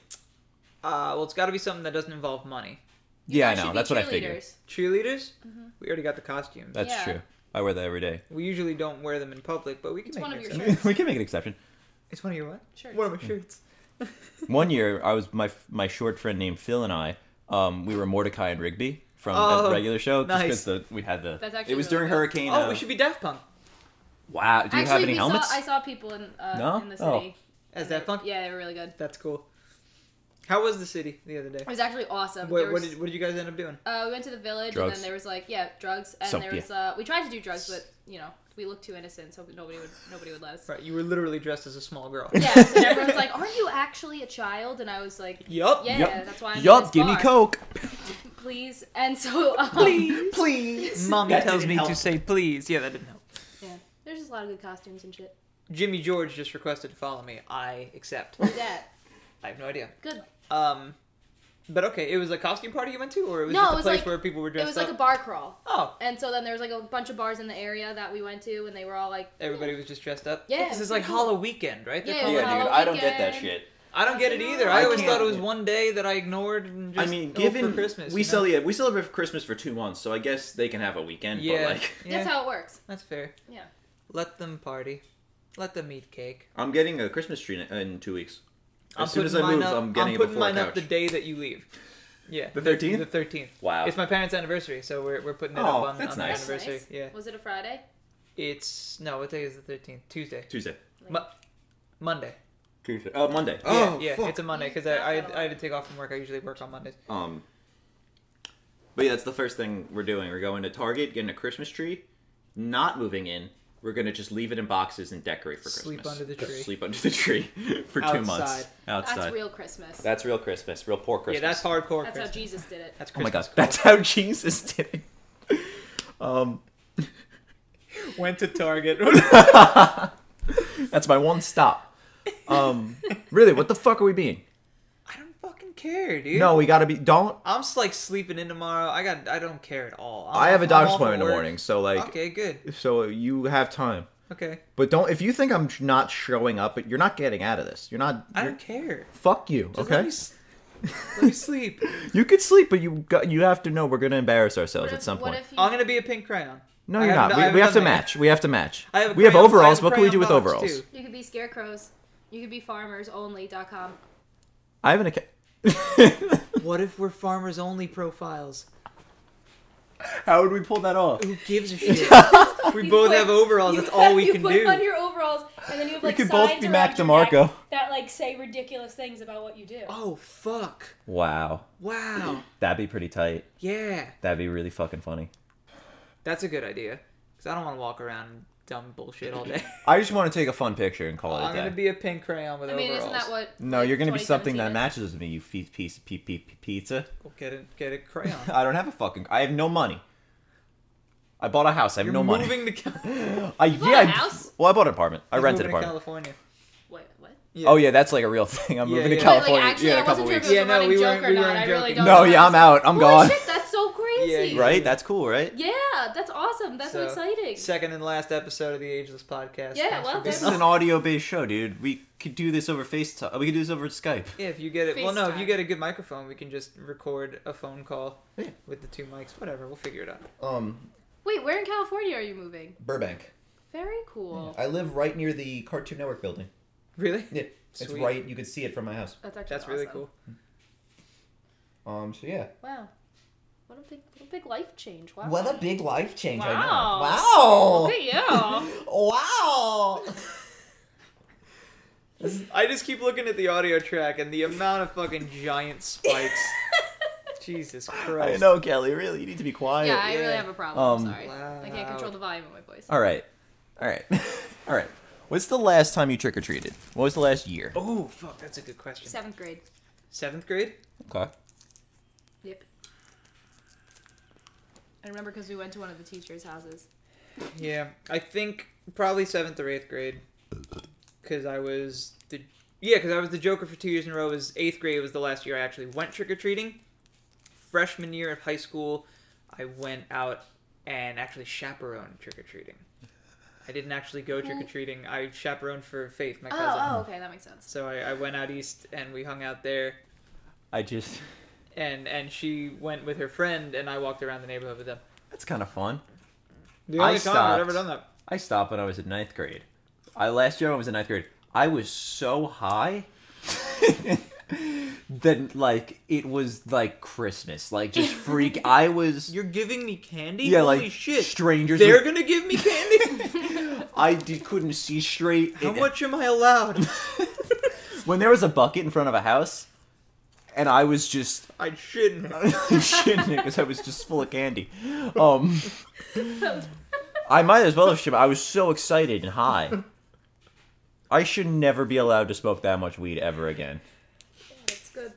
Speaker 2: Uh, well, it's got to be something that doesn't involve money.
Speaker 1: you
Speaker 3: yeah, I
Speaker 1: guys should
Speaker 3: know.
Speaker 1: be
Speaker 3: That's what I figured.
Speaker 1: cheerleaders.
Speaker 2: Cheerleaders?
Speaker 1: Mm-hmm.
Speaker 2: We already got the costumes.
Speaker 3: That's
Speaker 1: Yeah.
Speaker 3: true. I wear that every day.
Speaker 2: we usually don't wear them in public, but we can
Speaker 1: It's
Speaker 2: make
Speaker 1: one
Speaker 2: an
Speaker 1: of your
Speaker 2: exception.
Speaker 1: shirts.
Speaker 3: we can make an exception.
Speaker 2: It's one of your what?
Speaker 1: Shirts.
Speaker 2: One of my shirts.
Speaker 3: One year, I was my my short friend named Phil and I. Um, we were Mordecai and Rigby from
Speaker 2: Oh,
Speaker 3: a regular show. just 'cause
Speaker 2: nice.
Speaker 3: the- we had the.
Speaker 1: That's
Speaker 3: it
Speaker 1: actually
Speaker 3: was
Speaker 1: really
Speaker 3: during
Speaker 1: good.
Speaker 3: Hurricane.
Speaker 2: Oh,
Speaker 3: uh,
Speaker 2: we should be Daft Punk.
Speaker 3: Wow, do you
Speaker 1: Actually,
Speaker 3: have any
Speaker 1: we
Speaker 3: helmets?
Speaker 1: saw. I saw people in uh,
Speaker 3: No?
Speaker 1: in the
Speaker 3: Oh.
Speaker 1: city.
Speaker 2: As Daft Punk?
Speaker 1: Yeah, they were really good.
Speaker 2: That's cool. How was the city the other day?
Speaker 1: It was actually awesome.
Speaker 2: What,
Speaker 1: There
Speaker 2: what,
Speaker 1: was-
Speaker 2: did, what did you guys end up doing?
Speaker 1: Uh, we went to the village, and
Speaker 3: Drugs.
Speaker 1: then there was like, yeah, drugs, and
Speaker 3: So,
Speaker 1: there was uh, we tried to do drugs, but you know, we looked too innocent, so nobody would nobody would let us.
Speaker 2: Right, you were literally dressed as a small girl.
Speaker 1: Yeah, so everyone's like, "Aren't you actually a child?" And I was like,
Speaker 2: Yup.
Speaker 1: "Yeah,
Speaker 3: Yup.
Speaker 1: that's why I'm." in this
Speaker 3: Yup, give me
Speaker 1: bar,
Speaker 3: coke.
Speaker 1: please. And so, um,
Speaker 2: Please. Mommy
Speaker 3: That
Speaker 2: tells
Speaker 3: didn't
Speaker 2: me to
Speaker 3: help.
Speaker 2: say please. Yeah, that didn't help.
Speaker 1: Yeah, there's just a lot of good costumes and shit.
Speaker 2: Jimmy George just requested to follow me. I accept.
Speaker 1: Yeah,
Speaker 2: I have no idea.
Speaker 1: good.
Speaker 2: Um, but okay, it was a costume party you went to, or it was
Speaker 1: No,
Speaker 2: just
Speaker 1: it
Speaker 2: a
Speaker 1: was
Speaker 2: place
Speaker 1: like-
Speaker 2: where people were
Speaker 1: It
Speaker 2: dressed
Speaker 1: was like a
Speaker 2: up.
Speaker 1: bar crawl,
Speaker 2: oh,
Speaker 1: and so then there was like a bunch of bars in the area that we went to, and they were all like,
Speaker 2: everybody was just dressed up.
Speaker 1: Yeah,
Speaker 2: this
Speaker 1: it
Speaker 2: is
Speaker 1: was
Speaker 2: like
Speaker 1: cool.
Speaker 2: Halloween weekend, right? They're
Speaker 1: Yeah, it
Speaker 2: calling
Speaker 1: was
Speaker 2: it-
Speaker 1: Halloween. weekend.
Speaker 2: I don't get it either. I,
Speaker 1: I
Speaker 2: always
Speaker 3: can't-
Speaker 2: thought it was one day that I ignored. And
Speaker 3: I
Speaker 2: just
Speaker 3: mean,
Speaker 2: go
Speaker 3: given
Speaker 2: for Christmas,
Speaker 3: we
Speaker 2: you know?
Speaker 3: celebrate, we celebrate for Christmas for two months, so I guess they can have a weekend.
Speaker 2: Yeah,
Speaker 3: But like,
Speaker 2: yeah,
Speaker 1: "That's how it works."
Speaker 2: that's fair.
Speaker 1: Yeah.
Speaker 2: Let them party. Let them eat cake.
Speaker 3: I'm getting a Christmas tree in- in two weeks. As
Speaker 2: I'm
Speaker 3: soon as I
Speaker 2: putting mine
Speaker 3: move,
Speaker 2: up-
Speaker 3: I'm getting it
Speaker 2: putting
Speaker 3: before
Speaker 2: mine up
Speaker 3: couch.
Speaker 2: the day that you leave. Yeah,
Speaker 3: The
Speaker 2: the
Speaker 3: 13th.
Speaker 2: thirteenth.
Speaker 3: Wow.
Speaker 2: It's my parents' anniversary, so we're, we're putting it
Speaker 3: Oh,
Speaker 2: up on,
Speaker 3: that's
Speaker 2: on their
Speaker 3: nice.
Speaker 1: That's
Speaker 2: anniversary.
Speaker 1: nice.
Speaker 2: Yeah,
Speaker 1: Was it a Friday?
Speaker 2: it's no. What day is the thirteenth? Tuesday,
Speaker 3: Tuesday.
Speaker 2: Monday.
Speaker 3: Tuesday. Uh, Monday.
Speaker 2: yeah, yeah,
Speaker 3: fuck.
Speaker 2: it's a Monday because I, I, I had to take off from work. I usually work on Mondays.
Speaker 3: Um, but yeah, that's the first thing we're doing. We're going to Target, getting a Christmas tree, not moving in. We're gonna just leave it in boxes and decorate for
Speaker 2: Sleep
Speaker 3: Christmas.
Speaker 2: under the
Speaker 3: Just
Speaker 2: tree.
Speaker 3: Sleep under the tree for two months.
Speaker 2: Outside.
Speaker 3: Outside.
Speaker 1: That's real Christmas.
Speaker 3: That's real Christmas. Real poor Christmas.
Speaker 2: Yeah, that's hardcore.
Speaker 1: That's how
Speaker 2: Christmas.
Speaker 1: Jesus did it.
Speaker 2: That's
Speaker 3: Oh my
Speaker 2: Christmas.
Speaker 3: gosh, that's how Jesus did it. Um,
Speaker 2: Went to Target.
Speaker 3: that's my one stop. Um, really, what the fuck are we being?
Speaker 2: I don't fucking care, dude.
Speaker 3: No, we gotta be. Don't.
Speaker 2: I'm just like sleeping in tomorrow. I got. I don't care at all. I'm,
Speaker 3: I have a
Speaker 2: I'm
Speaker 3: doctor's
Speaker 2: off at
Speaker 3: appointment in the
Speaker 2: work.
Speaker 3: morning, so like,
Speaker 2: Okay, good.
Speaker 3: so you have time.
Speaker 2: Okay,
Speaker 3: But don't. If you think I'm sh- not showing up, but you're not getting out of this. You're not.
Speaker 2: I
Speaker 3: you're-
Speaker 2: don't care.
Speaker 3: fuck you.
Speaker 2: Just Let
Speaker 3: okay.
Speaker 2: me, s- let me sleep.
Speaker 3: You could sleep, but you got. You have to know we're gonna embarrass ourselves
Speaker 1: What
Speaker 3: at
Speaker 1: if-
Speaker 3: some
Speaker 1: what
Speaker 3: point.
Speaker 1: if you-
Speaker 2: I'm gonna be a pink crayon.
Speaker 3: no,
Speaker 2: I
Speaker 3: you're
Speaker 2: have no-
Speaker 3: not.
Speaker 2: I
Speaker 3: we,
Speaker 2: have
Speaker 3: we have to
Speaker 2: nothing.
Speaker 3: match. We have to match.
Speaker 2: I have. A
Speaker 3: we have
Speaker 2: crayon- I
Speaker 3: overalls.
Speaker 2: have a
Speaker 3: What can we
Speaker 2: crayon
Speaker 3: do with
Speaker 2: box,
Speaker 3: overalls?
Speaker 2: too.
Speaker 1: You could be scarecrows. You could be farmersonly.com.
Speaker 3: I have an. Ac-
Speaker 2: What if we're farmers only profiles?
Speaker 7: How would we pull that off?
Speaker 2: Who gives a shit? we
Speaker 1: You
Speaker 2: both
Speaker 1: put-
Speaker 2: have overalls.
Speaker 1: you-
Speaker 2: That's all we
Speaker 1: you
Speaker 2: can
Speaker 1: put on
Speaker 2: do.
Speaker 1: your overalls, and then you have
Speaker 7: We
Speaker 1: like
Speaker 7: could both
Speaker 1: signs
Speaker 7: be
Speaker 1: around
Speaker 7: Mac
Speaker 1: your neck
Speaker 7: DeMarco.
Speaker 1: that like say ridiculous things about what you do.
Speaker 2: Oh fuck!
Speaker 3: Wow.
Speaker 2: Wow.
Speaker 3: That'd be pretty tight.
Speaker 2: Yeah,
Speaker 3: That'd be really fucking funny.
Speaker 2: that's a good idea. Cause I don't want to walk around in dumb bullshit all day.
Speaker 7: I just want to take a fun picture and call
Speaker 2: I'm gonna be a pink crayon with
Speaker 1: I mean,
Speaker 2: overalls.
Speaker 1: isn't that what?
Speaker 7: no,
Speaker 1: like,
Speaker 7: you're gonna be something
Speaker 1: 2017
Speaker 7: that
Speaker 1: is?
Speaker 7: matches me. You fe- piece pe- pe- pe- pizza.
Speaker 2: Well, get a get a crayon.
Speaker 7: I don't have a fucking. I have no money. I bought a house. I have
Speaker 2: You're
Speaker 7: no money.
Speaker 2: moving to California.
Speaker 7: I
Speaker 1: bought
Speaker 7: yeah.
Speaker 1: a
Speaker 7: I-
Speaker 1: house?
Speaker 7: well, I bought an apartment. I rented an
Speaker 2: moving to
Speaker 7: apartment.
Speaker 2: California.
Speaker 1: Wait, what?
Speaker 2: Yeah.
Speaker 7: Oh yeah, that's like a real thing. I'm
Speaker 2: Yeah,
Speaker 7: moving
Speaker 2: yeah.
Speaker 7: to
Speaker 2: But,
Speaker 1: But, like,
Speaker 7: California.
Speaker 1: actually,
Speaker 7: yeah, in
Speaker 1: I
Speaker 7: a couple
Speaker 1: wasn't sure
Speaker 7: weeks.
Speaker 1: if it
Speaker 2: Yeah,
Speaker 1: was
Speaker 2: no,
Speaker 1: a running
Speaker 2: we
Speaker 1: joke
Speaker 2: weren't-
Speaker 1: or
Speaker 2: we
Speaker 1: not.
Speaker 2: weren't
Speaker 1: I really
Speaker 2: joking.
Speaker 1: don't.
Speaker 7: No,
Speaker 1: know.
Speaker 7: yeah, I'm out. I'm
Speaker 1: Holy
Speaker 7: gone.
Speaker 1: shit, that's so crazy.
Speaker 2: Yeah,
Speaker 7: Right? That's cool, right?
Speaker 1: Yeah, that's awesome. That's so,
Speaker 2: So,
Speaker 1: exciting.
Speaker 2: Second and last episode of the Ageless Podcast.
Speaker 1: Yeah,
Speaker 2: Thanks for
Speaker 1: well,
Speaker 2: being
Speaker 7: This
Speaker 1: Yeah.
Speaker 7: is
Speaker 2: on.
Speaker 7: an audio-based show, dude. We could do this over FaceTime. We could do this over Skype.
Speaker 2: Yeah, if you get it. Well, no, if you
Speaker 1: FaceTime.
Speaker 2: get a good microphone, we can just record a phone call
Speaker 7: Yeah.
Speaker 2: with the two mics. Whatever, we'll figure it out.
Speaker 8: Um,
Speaker 1: Wait, where in California are you moving?
Speaker 8: Burbank.
Speaker 1: Very cool.
Speaker 8: I live right near the Cartoon Network building.
Speaker 2: Really?
Speaker 8: Yeah, it's
Speaker 2: Sweet.
Speaker 8: right. You could see it from my house.
Speaker 1: That's actually
Speaker 2: That's really
Speaker 1: awesome.
Speaker 2: cool.
Speaker 8: Um, so yeah.
Speaker 1: Wow, what a big, what a big life change. Wow.
Speaker 8: What a big life change!
Speaker 1: Wow.
Speaker 8: I know.
Speaker 1: Look at you.
Speaker 8: Wow. wow.
Speaker 2: I just keep looking at the audio track and the amount of fucking giant spikes. Jesus Christ.
Speaker 7: I know, Kelly. Really, you need to be quiet.
Speaker 1: Yeah, I
Speaker 2: yeah.
Speaker 1: really have a problem.
Speaker 7: Um,
Speaker 1: I'm sorry. I can't control the volume of my voice.
Speaker 7: All right. All right. All right. What's the last time you trick or treated? What was the last year?
Speaker 2: Oh, fuck, that's a good question.
Speaker 1: Seventh grade.
Speaker 2: Seventh grade?
Speaker 7: Okay.
Speaker 1: Yep. I remember because we went to one of the teachers' houses.
Speaker 2: Yeah, I think probably seventh or eighth grade. Because I was the. Yeah, because I was the Joker for two years in a row. It was eighth grade was the last year I actually went trick or treating. Freshman year of high school, I went out and actually chaperoned trick or treating. I didn't actually go trick or treating. I chaperoned for Faith, my cousin.
Speaker 1: Oh, oh, okay, that makes sense.
Speaker 2: So I, I went out east and we hung out there,
Speaker 3: I just.
Speaker 2: and and she went with her friend, and I walked around the neighborhood with them.
Speaker 3: That's kind of fun.
Speaker 2: The
Speaker 3: I
Speaker 2: only time I've
Speaker 3: stopped.
Speaker 2: ever done that.
Speaker 3: I stopped when I was in ninth grade. I last year when I was in ninth grade. I was so high that like it was like Christmas, like just freak. I was
Speaker 2: You're giving me candy?
Speaker 3: yeah,
Speaker 2: Holy
Speaker 3: like
Speaker 2: shit!
Speaker 3: strangers.
Speaker 2: They're
Speaker 3: would-
Speaker 2: gonna give me candy.
Speaker 3: I d- couldn't see straight.
Speaker 2: How
Speaker 3: It-
Speaker 2: much am I allowed?
Speaker 3: When there was a bucket in front of a house, and I was just
Speaker 2: I shouldn't.
Speaker 3: shitting it because I was just full of candy. Um, I might as well have shit. I was so excited and high. I should never be allowed to smoke that much weed ever again.
Speaker 1: That's good.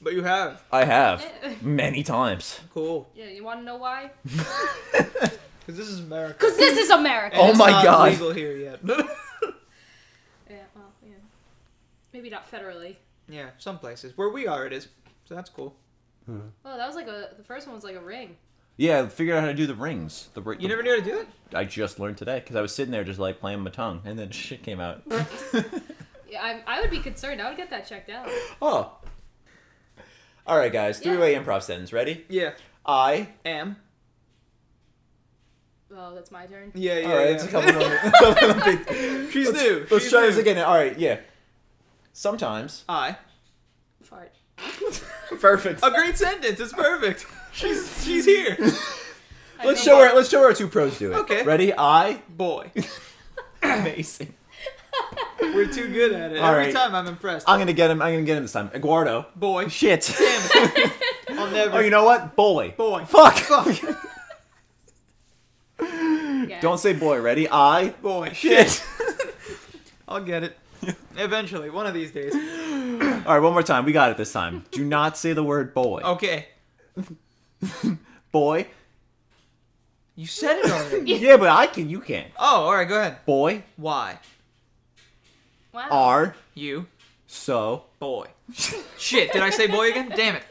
Speaker 2: But you have.
Speaker 3: I have many times.
Speaker 2: Cool.
Speaker 1: Yeah, you want to know why?
Speaker 2: Because this is America.
Speaker 1: Because this is America.
Speaker 3: Oh
Speaker 2: It's
Speaker 3: my
Speaker 2: not
Speaker 3: God.
Speaker 2: legal here yet.
Speaker 1: Yeah, well, yeah. Maybe not federally.
Speaker 2: yeah, some places. Where we are, it is. So that's cool.
Speaker 1: Oh, that was like a. The first one was like a ring.
Speaker 3: Yeah, I figured out how to do the rings. The, ri-
Speaker 2: You never knew how to do it?
Speaker 3: I just learned today because I was sitting there just like playing with my tongue, and then shit came out.
Speaker 1: Yeah, I, I would be concerned. I would get that checked out.
Speaker 8: Oh. All right, guys.
Speaker 1: Yeah.
Speaker 8: Three-way improv sentence. Ready?
Speaker 2: Yeah.
Speaker 8: I.
Speaker 2: Am.
Speaker 1: Oh, that's my turn.
Speaker 2: Yeah, yeah.
Speaker 8: All right.
Speaker 2: yeah.
Speaker 8: It's a couple of couple of big-
Speaker 2: She's
Speaker 8: let's,
Speaker 2: new.
Speaker 8: Let's
Speaker 2: She's
Speaker 8: try
Speaker 2: new.
Speaker 8: this again. All right. Yeah. Sometimes.
Speaker 2: I.
Speaker 1: Fart.
Speaker 8: Perfect.
Speaker 2: A great sentence. It's perfect. She's she's here.
Speaker 1: I
Speaker 8: Let's
Speaker 1: know
Speaker 8: show her. Let's show her two pros do it.
Speaker 2: Okay.
Speaker 8: Ready? I.
Speaker 2: Boy,
Speaker 8: Amazing.
Speaker 2: we're too good at it.
Speaker 8: All
Speaker 2: Every
Speaker 8: right.
Speaker 2: time I'm impressed.
Speaker 3: I'm gonna get him. I'm gonna get him this time. Eduardo.
Speaker 2: Boy,
Speaker 3: Shit.
Speaker 2: damn it. I'll never.
Speaker 3: Oh, you know what? Boy.
Speaker 2: Boy,
Speaker 3: Fuck.
Speaker 1: Yeah.
Speaker 3: Don't say boy. Ready? I.
Speaker 2: boy,
Speaker 3: Shit.
Speaker 2: I'll get it. Eventually, one of these days.
Speaker 3: All right, one more time. We got it this time. Do not say the word boy.
Speaker 2: Okay,
Speaker 3: Boy.
Speaker 2: you said it already.
Speaker 3: Yeah, but I can. You can.
Speaker 2: oh, all right. Go ahead.
Speaker 3: Boy.
Speaker 2: Why
Speaker 1: Wow.
Speaker 3: Are.
Speaker 2: you
Speaker 3: So.
Speaker 2: boy? Shit, did I say boy again? Damn it.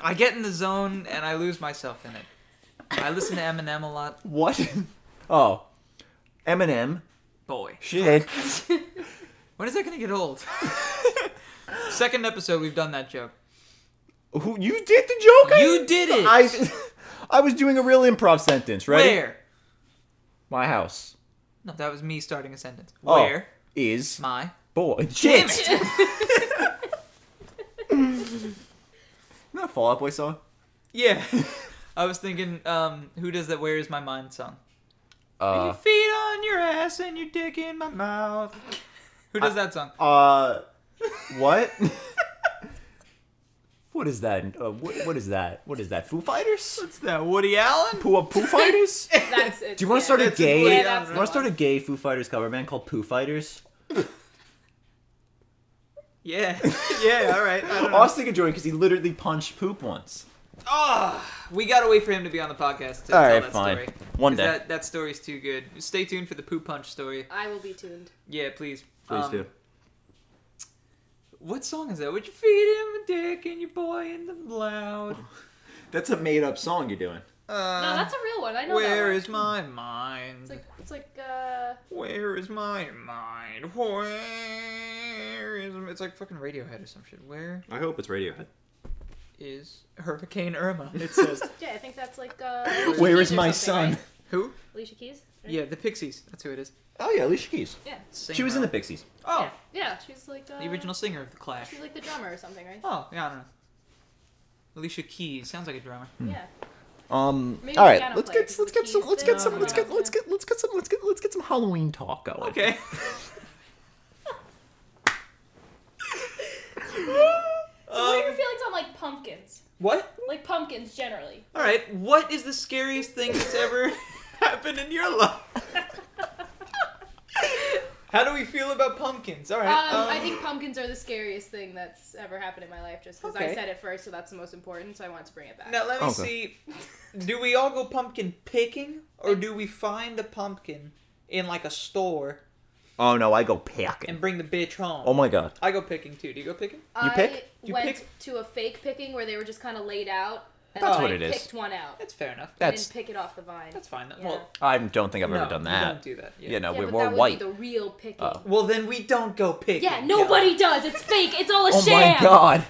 Speaker 2: I get in the zone and I lose myself in it. I listen to Eminem a lot.
Speaker 3: What? Oh. Eminem.
Speaker 2: Boy,
Speaker 3: Shit.
Speaker 2: when is that gonna get old? Second episode, we've done that joke.
Speaker 3: Who you did the joke? I-
Speaker 2: You did it.
Speaker 3: I. I was doing a real improv sentence. Ready?
Speaker 2: Where?
Speaker 3: My house
Speaker 2: No, that Oh. was me starting a sentence.
Speaker 3: Oh.
Speaker 2: Where
Speaker 3: is
Speaker 2: my
Speaker 3: boy.
Speaker 2: Damn
Speaker 3: Shit. that a Fallout Boy song?
Speaker 2: Yeah. I was thinking, um, who does that Where Is My Mind song?
Speaker 3: Uh,
Speaker 2: your feet on your ass and your dick in my mouth. Who does that song?
Speaker 3: uh, what? what is that? Uh, what, what is that? What is that? Foo Fighters?
Speaker 2: What's that, Woody Allen?
Speaker 3: Poo Poo Fighters?
Speaker 1: That's it.
Speaker 3: Do you want
Speaker 1: yeah.
Speaker 3: to start a
Speaker 2: That's a
Speaker 3: gay?
Speaker 2: great
Speaker 1: Yeah, that's
Speaker 2: answer.
Speaker 1: the
Speaker 3: you want to start a
Speaker 1: one.
Speaker 3: gay Foo Fighters cover band called Poo Fighters?
Speaker 2: Yeah. yeah, all right. I don't know.
Speaker 3: Austin can join because he literally punched poop once.
Speaker 2: Ah, we gotta wait for him to be on the podcast to tell
Speaker 3: All right,
Speaker 2: that
Speaker 3: fine.
Speaker 2: story.
Speaker 3: One
Speaker 2: 'Cause
Speaker 3: day.
Speaker 2: That, that story's too good. Stay tuned for the poop punch story.
Speaker 1: I will be tuned.
Speaker 2: Yeah, please.
Speaker 9: Please
Speaker 2: Um,
Speaker 9: do.
Speaker 2: What song is that? Would you feed him a dick and your boy in the loud?
Speaker 9: That's a made up song you're doing.
Speaker 2: Uh,
Speaker 1: No, that's a real one. I know that.
Speaker 2: Where
Speaker 1: one.
Speaker 2: is my mind?
Speaker 1: It's like it's like uh.
Speaker 2: Where is my mind? Where is it's like fucking Radiohead or some shit. Where
Speaker 9: I hope it's Radiohead.
Speaker 2: is Hurricane Irma? It's
Speaker 1: Yeah, I think that's like uh.
Speaker 3: Where
Speaker 1: Alicia
Speaker 3: is
Speaker 1: Keys or
Speaker 3: my
Speaker 1: something,
Speaker 3: son?
Speaker 1: right?
Speaker 2: who?
Speaker 1: Alicia Keys. right?
Speaker 2: Yeah, the Pixies. That's who it is.
Speaker 3: Oh yeah, Alicia Keys.
Speaker 1: Yeah.
Speaker 2: Same
Speaker 3: She was in the
Speaker 2: row.
Speaker 3: Pixies.
Speaker 2: oh
Speaker 1: Yeah, yeah, she's like uh,
Speaker 2: the original singer of the Clash.
Speaker 1: She's like the drummer or something, right?
Speaker 2: Oh yeah, I don't know. Alicia Keys sounds like a drummer.
Speaker 3: Hmm.
Speaker 1: Yeah.
Speaker 3: Um.
Speaker 1: Maybe
Speaker 3: All
Speaker 1: the
Speaker 3: right.
Speaker 1: piano
Speaker 3: Let's
Speaker 1: player
Speaker 3: get
Speaker 1: could
Speaker 3: let's
Speaker 1: be
Speaker 3: get some
Speaker 1: Keys
Speaker 3: let's
Speaker 1: too.
Speaker 3: get some let's get let's get let's get some let's get let's get some Halloween talk going.
Speaker 2: Okay. Um,
Speaker 1: So what are your feelings on like pumpkins?
Speaker 2: what?
Speaker 1: Like pumpkins generally.
Speaker 2: All right. What is the scariest thing that's ever happened in your life? How do we feel about pumpkins? All right.
Speaker 1: Um,
Speaker 3: Uh,
Speaker 2: um,
Speaker 1: I think pumpkins are the scariest thing that's ever happened in my life, just because
Speaker 2: Okay.
Speaker 1: I said it first, so that's the most important. So I wanted to bring it back.
Speaker 2: Now let me
Speaker 3: Okay.
Speaker 2: see. Do we all go pumpkin picking, or do we find a pumpkin in like a store
Speaker 3: Oh no, I go packing.
Speaker 2: and bring the bitch home?
Speaker 3: Oh my god.
Speaker 2: I go picking too. Do you go picking?
Speaker 1: I
Speaker 3: pick?
Speaker 2: You
Speaker 1: went
Speaker 2: pick?
Speaker 1: to a fake picking where they were just kind of laid out. And
Speaker 3: That's
Speaker 1: I
Speaker 3: what it is.
Speaker 1: Picked one out.
Speaker 2: That's fair enough.
Speaker 1: I
Speaker 3: That's
Speaker 1: didn't pick it off the vine.
Speaker 2: That's fine. Then.
Speaker 1: Yeah.
Speaker 2: Well,
Speaker 3: I don't think I've
Speaker 2: no,
Speaker 3: ever done
Speaker 2: You don't
Speaker 3: that.
Speaker 2: do that. Yeah.
Speaker 3: You know,
Speaker 1: yeah,
Speaker 3: we're,
Speaker 1: but
Speaker 3: we're
Speaker 1: that would
Speaker 3: white.
Speaker 1: Be the real picking.
Speaker 3: Oh.
Speaker 2: Well, then we don't go picking.
Speaker 1: Yeah, nobody does. It's fake. It's all a
Speaker 3: Oh
Speaker 1: sham.
Speaker 3: my god.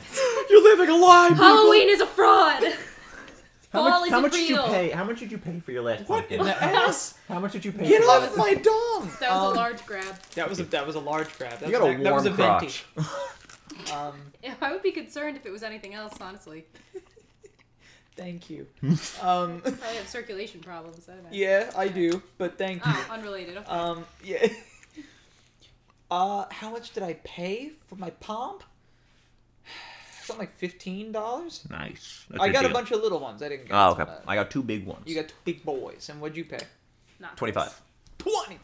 Speaker 2: You're living a lie. people.
Speaker 1: Halloween is a fraud.
Speaker 3: How
Speaker 1: Fall
Speaker 3: much,
Speaker 1: isn't
Speaker 3: how much did you
Speaker 1: real.
Speaker 3: pay? How much did you pay for your last
Speaker 2: What in
Speaker 3: pumpkin?
Speaker 2: the ass?
Speaker 3: How much did you pay?
Speaker 2: Get
Speaker 3: for
Speaker 2: off my dong.
Speaker 1: That was a
Speaker 2: Um,
Speaker 1: large grab.
Speaker 2: That was a that was a large grab. That
Speaker 3: You got
Speaker 2: was
Speaker 3: a
Speaker 2: an- that was a
Speaker 3: warm crotch.
Speaker 2: venti. Um,
Speaker 1: Yeah, I would be concerned if it was anything else, honestly.
Speaker 2: thank you. Um,
Speaker 1: I have circulation problems. I don't know.
Speaker 2: yeah, I do, but thank you.
Speaker 1: Oh, unrelated. Okay.
Speaker 2: Um, yeah. Uh, how much did I pay for my pomp? Something like fifteen dollars.
Speaker 3: Nice.
Speaker 2: I got a bunch of little ones. I didn't. Get
Speaker 3: Oh, okay.
Speaker 2: uh,
Speaker 3: I got two big ones.
Speaker 2: you got two big boys, and what'd you pay?
Speaker 1: Not
Speaker 3: twenty-five
Speaker 2: Twenty.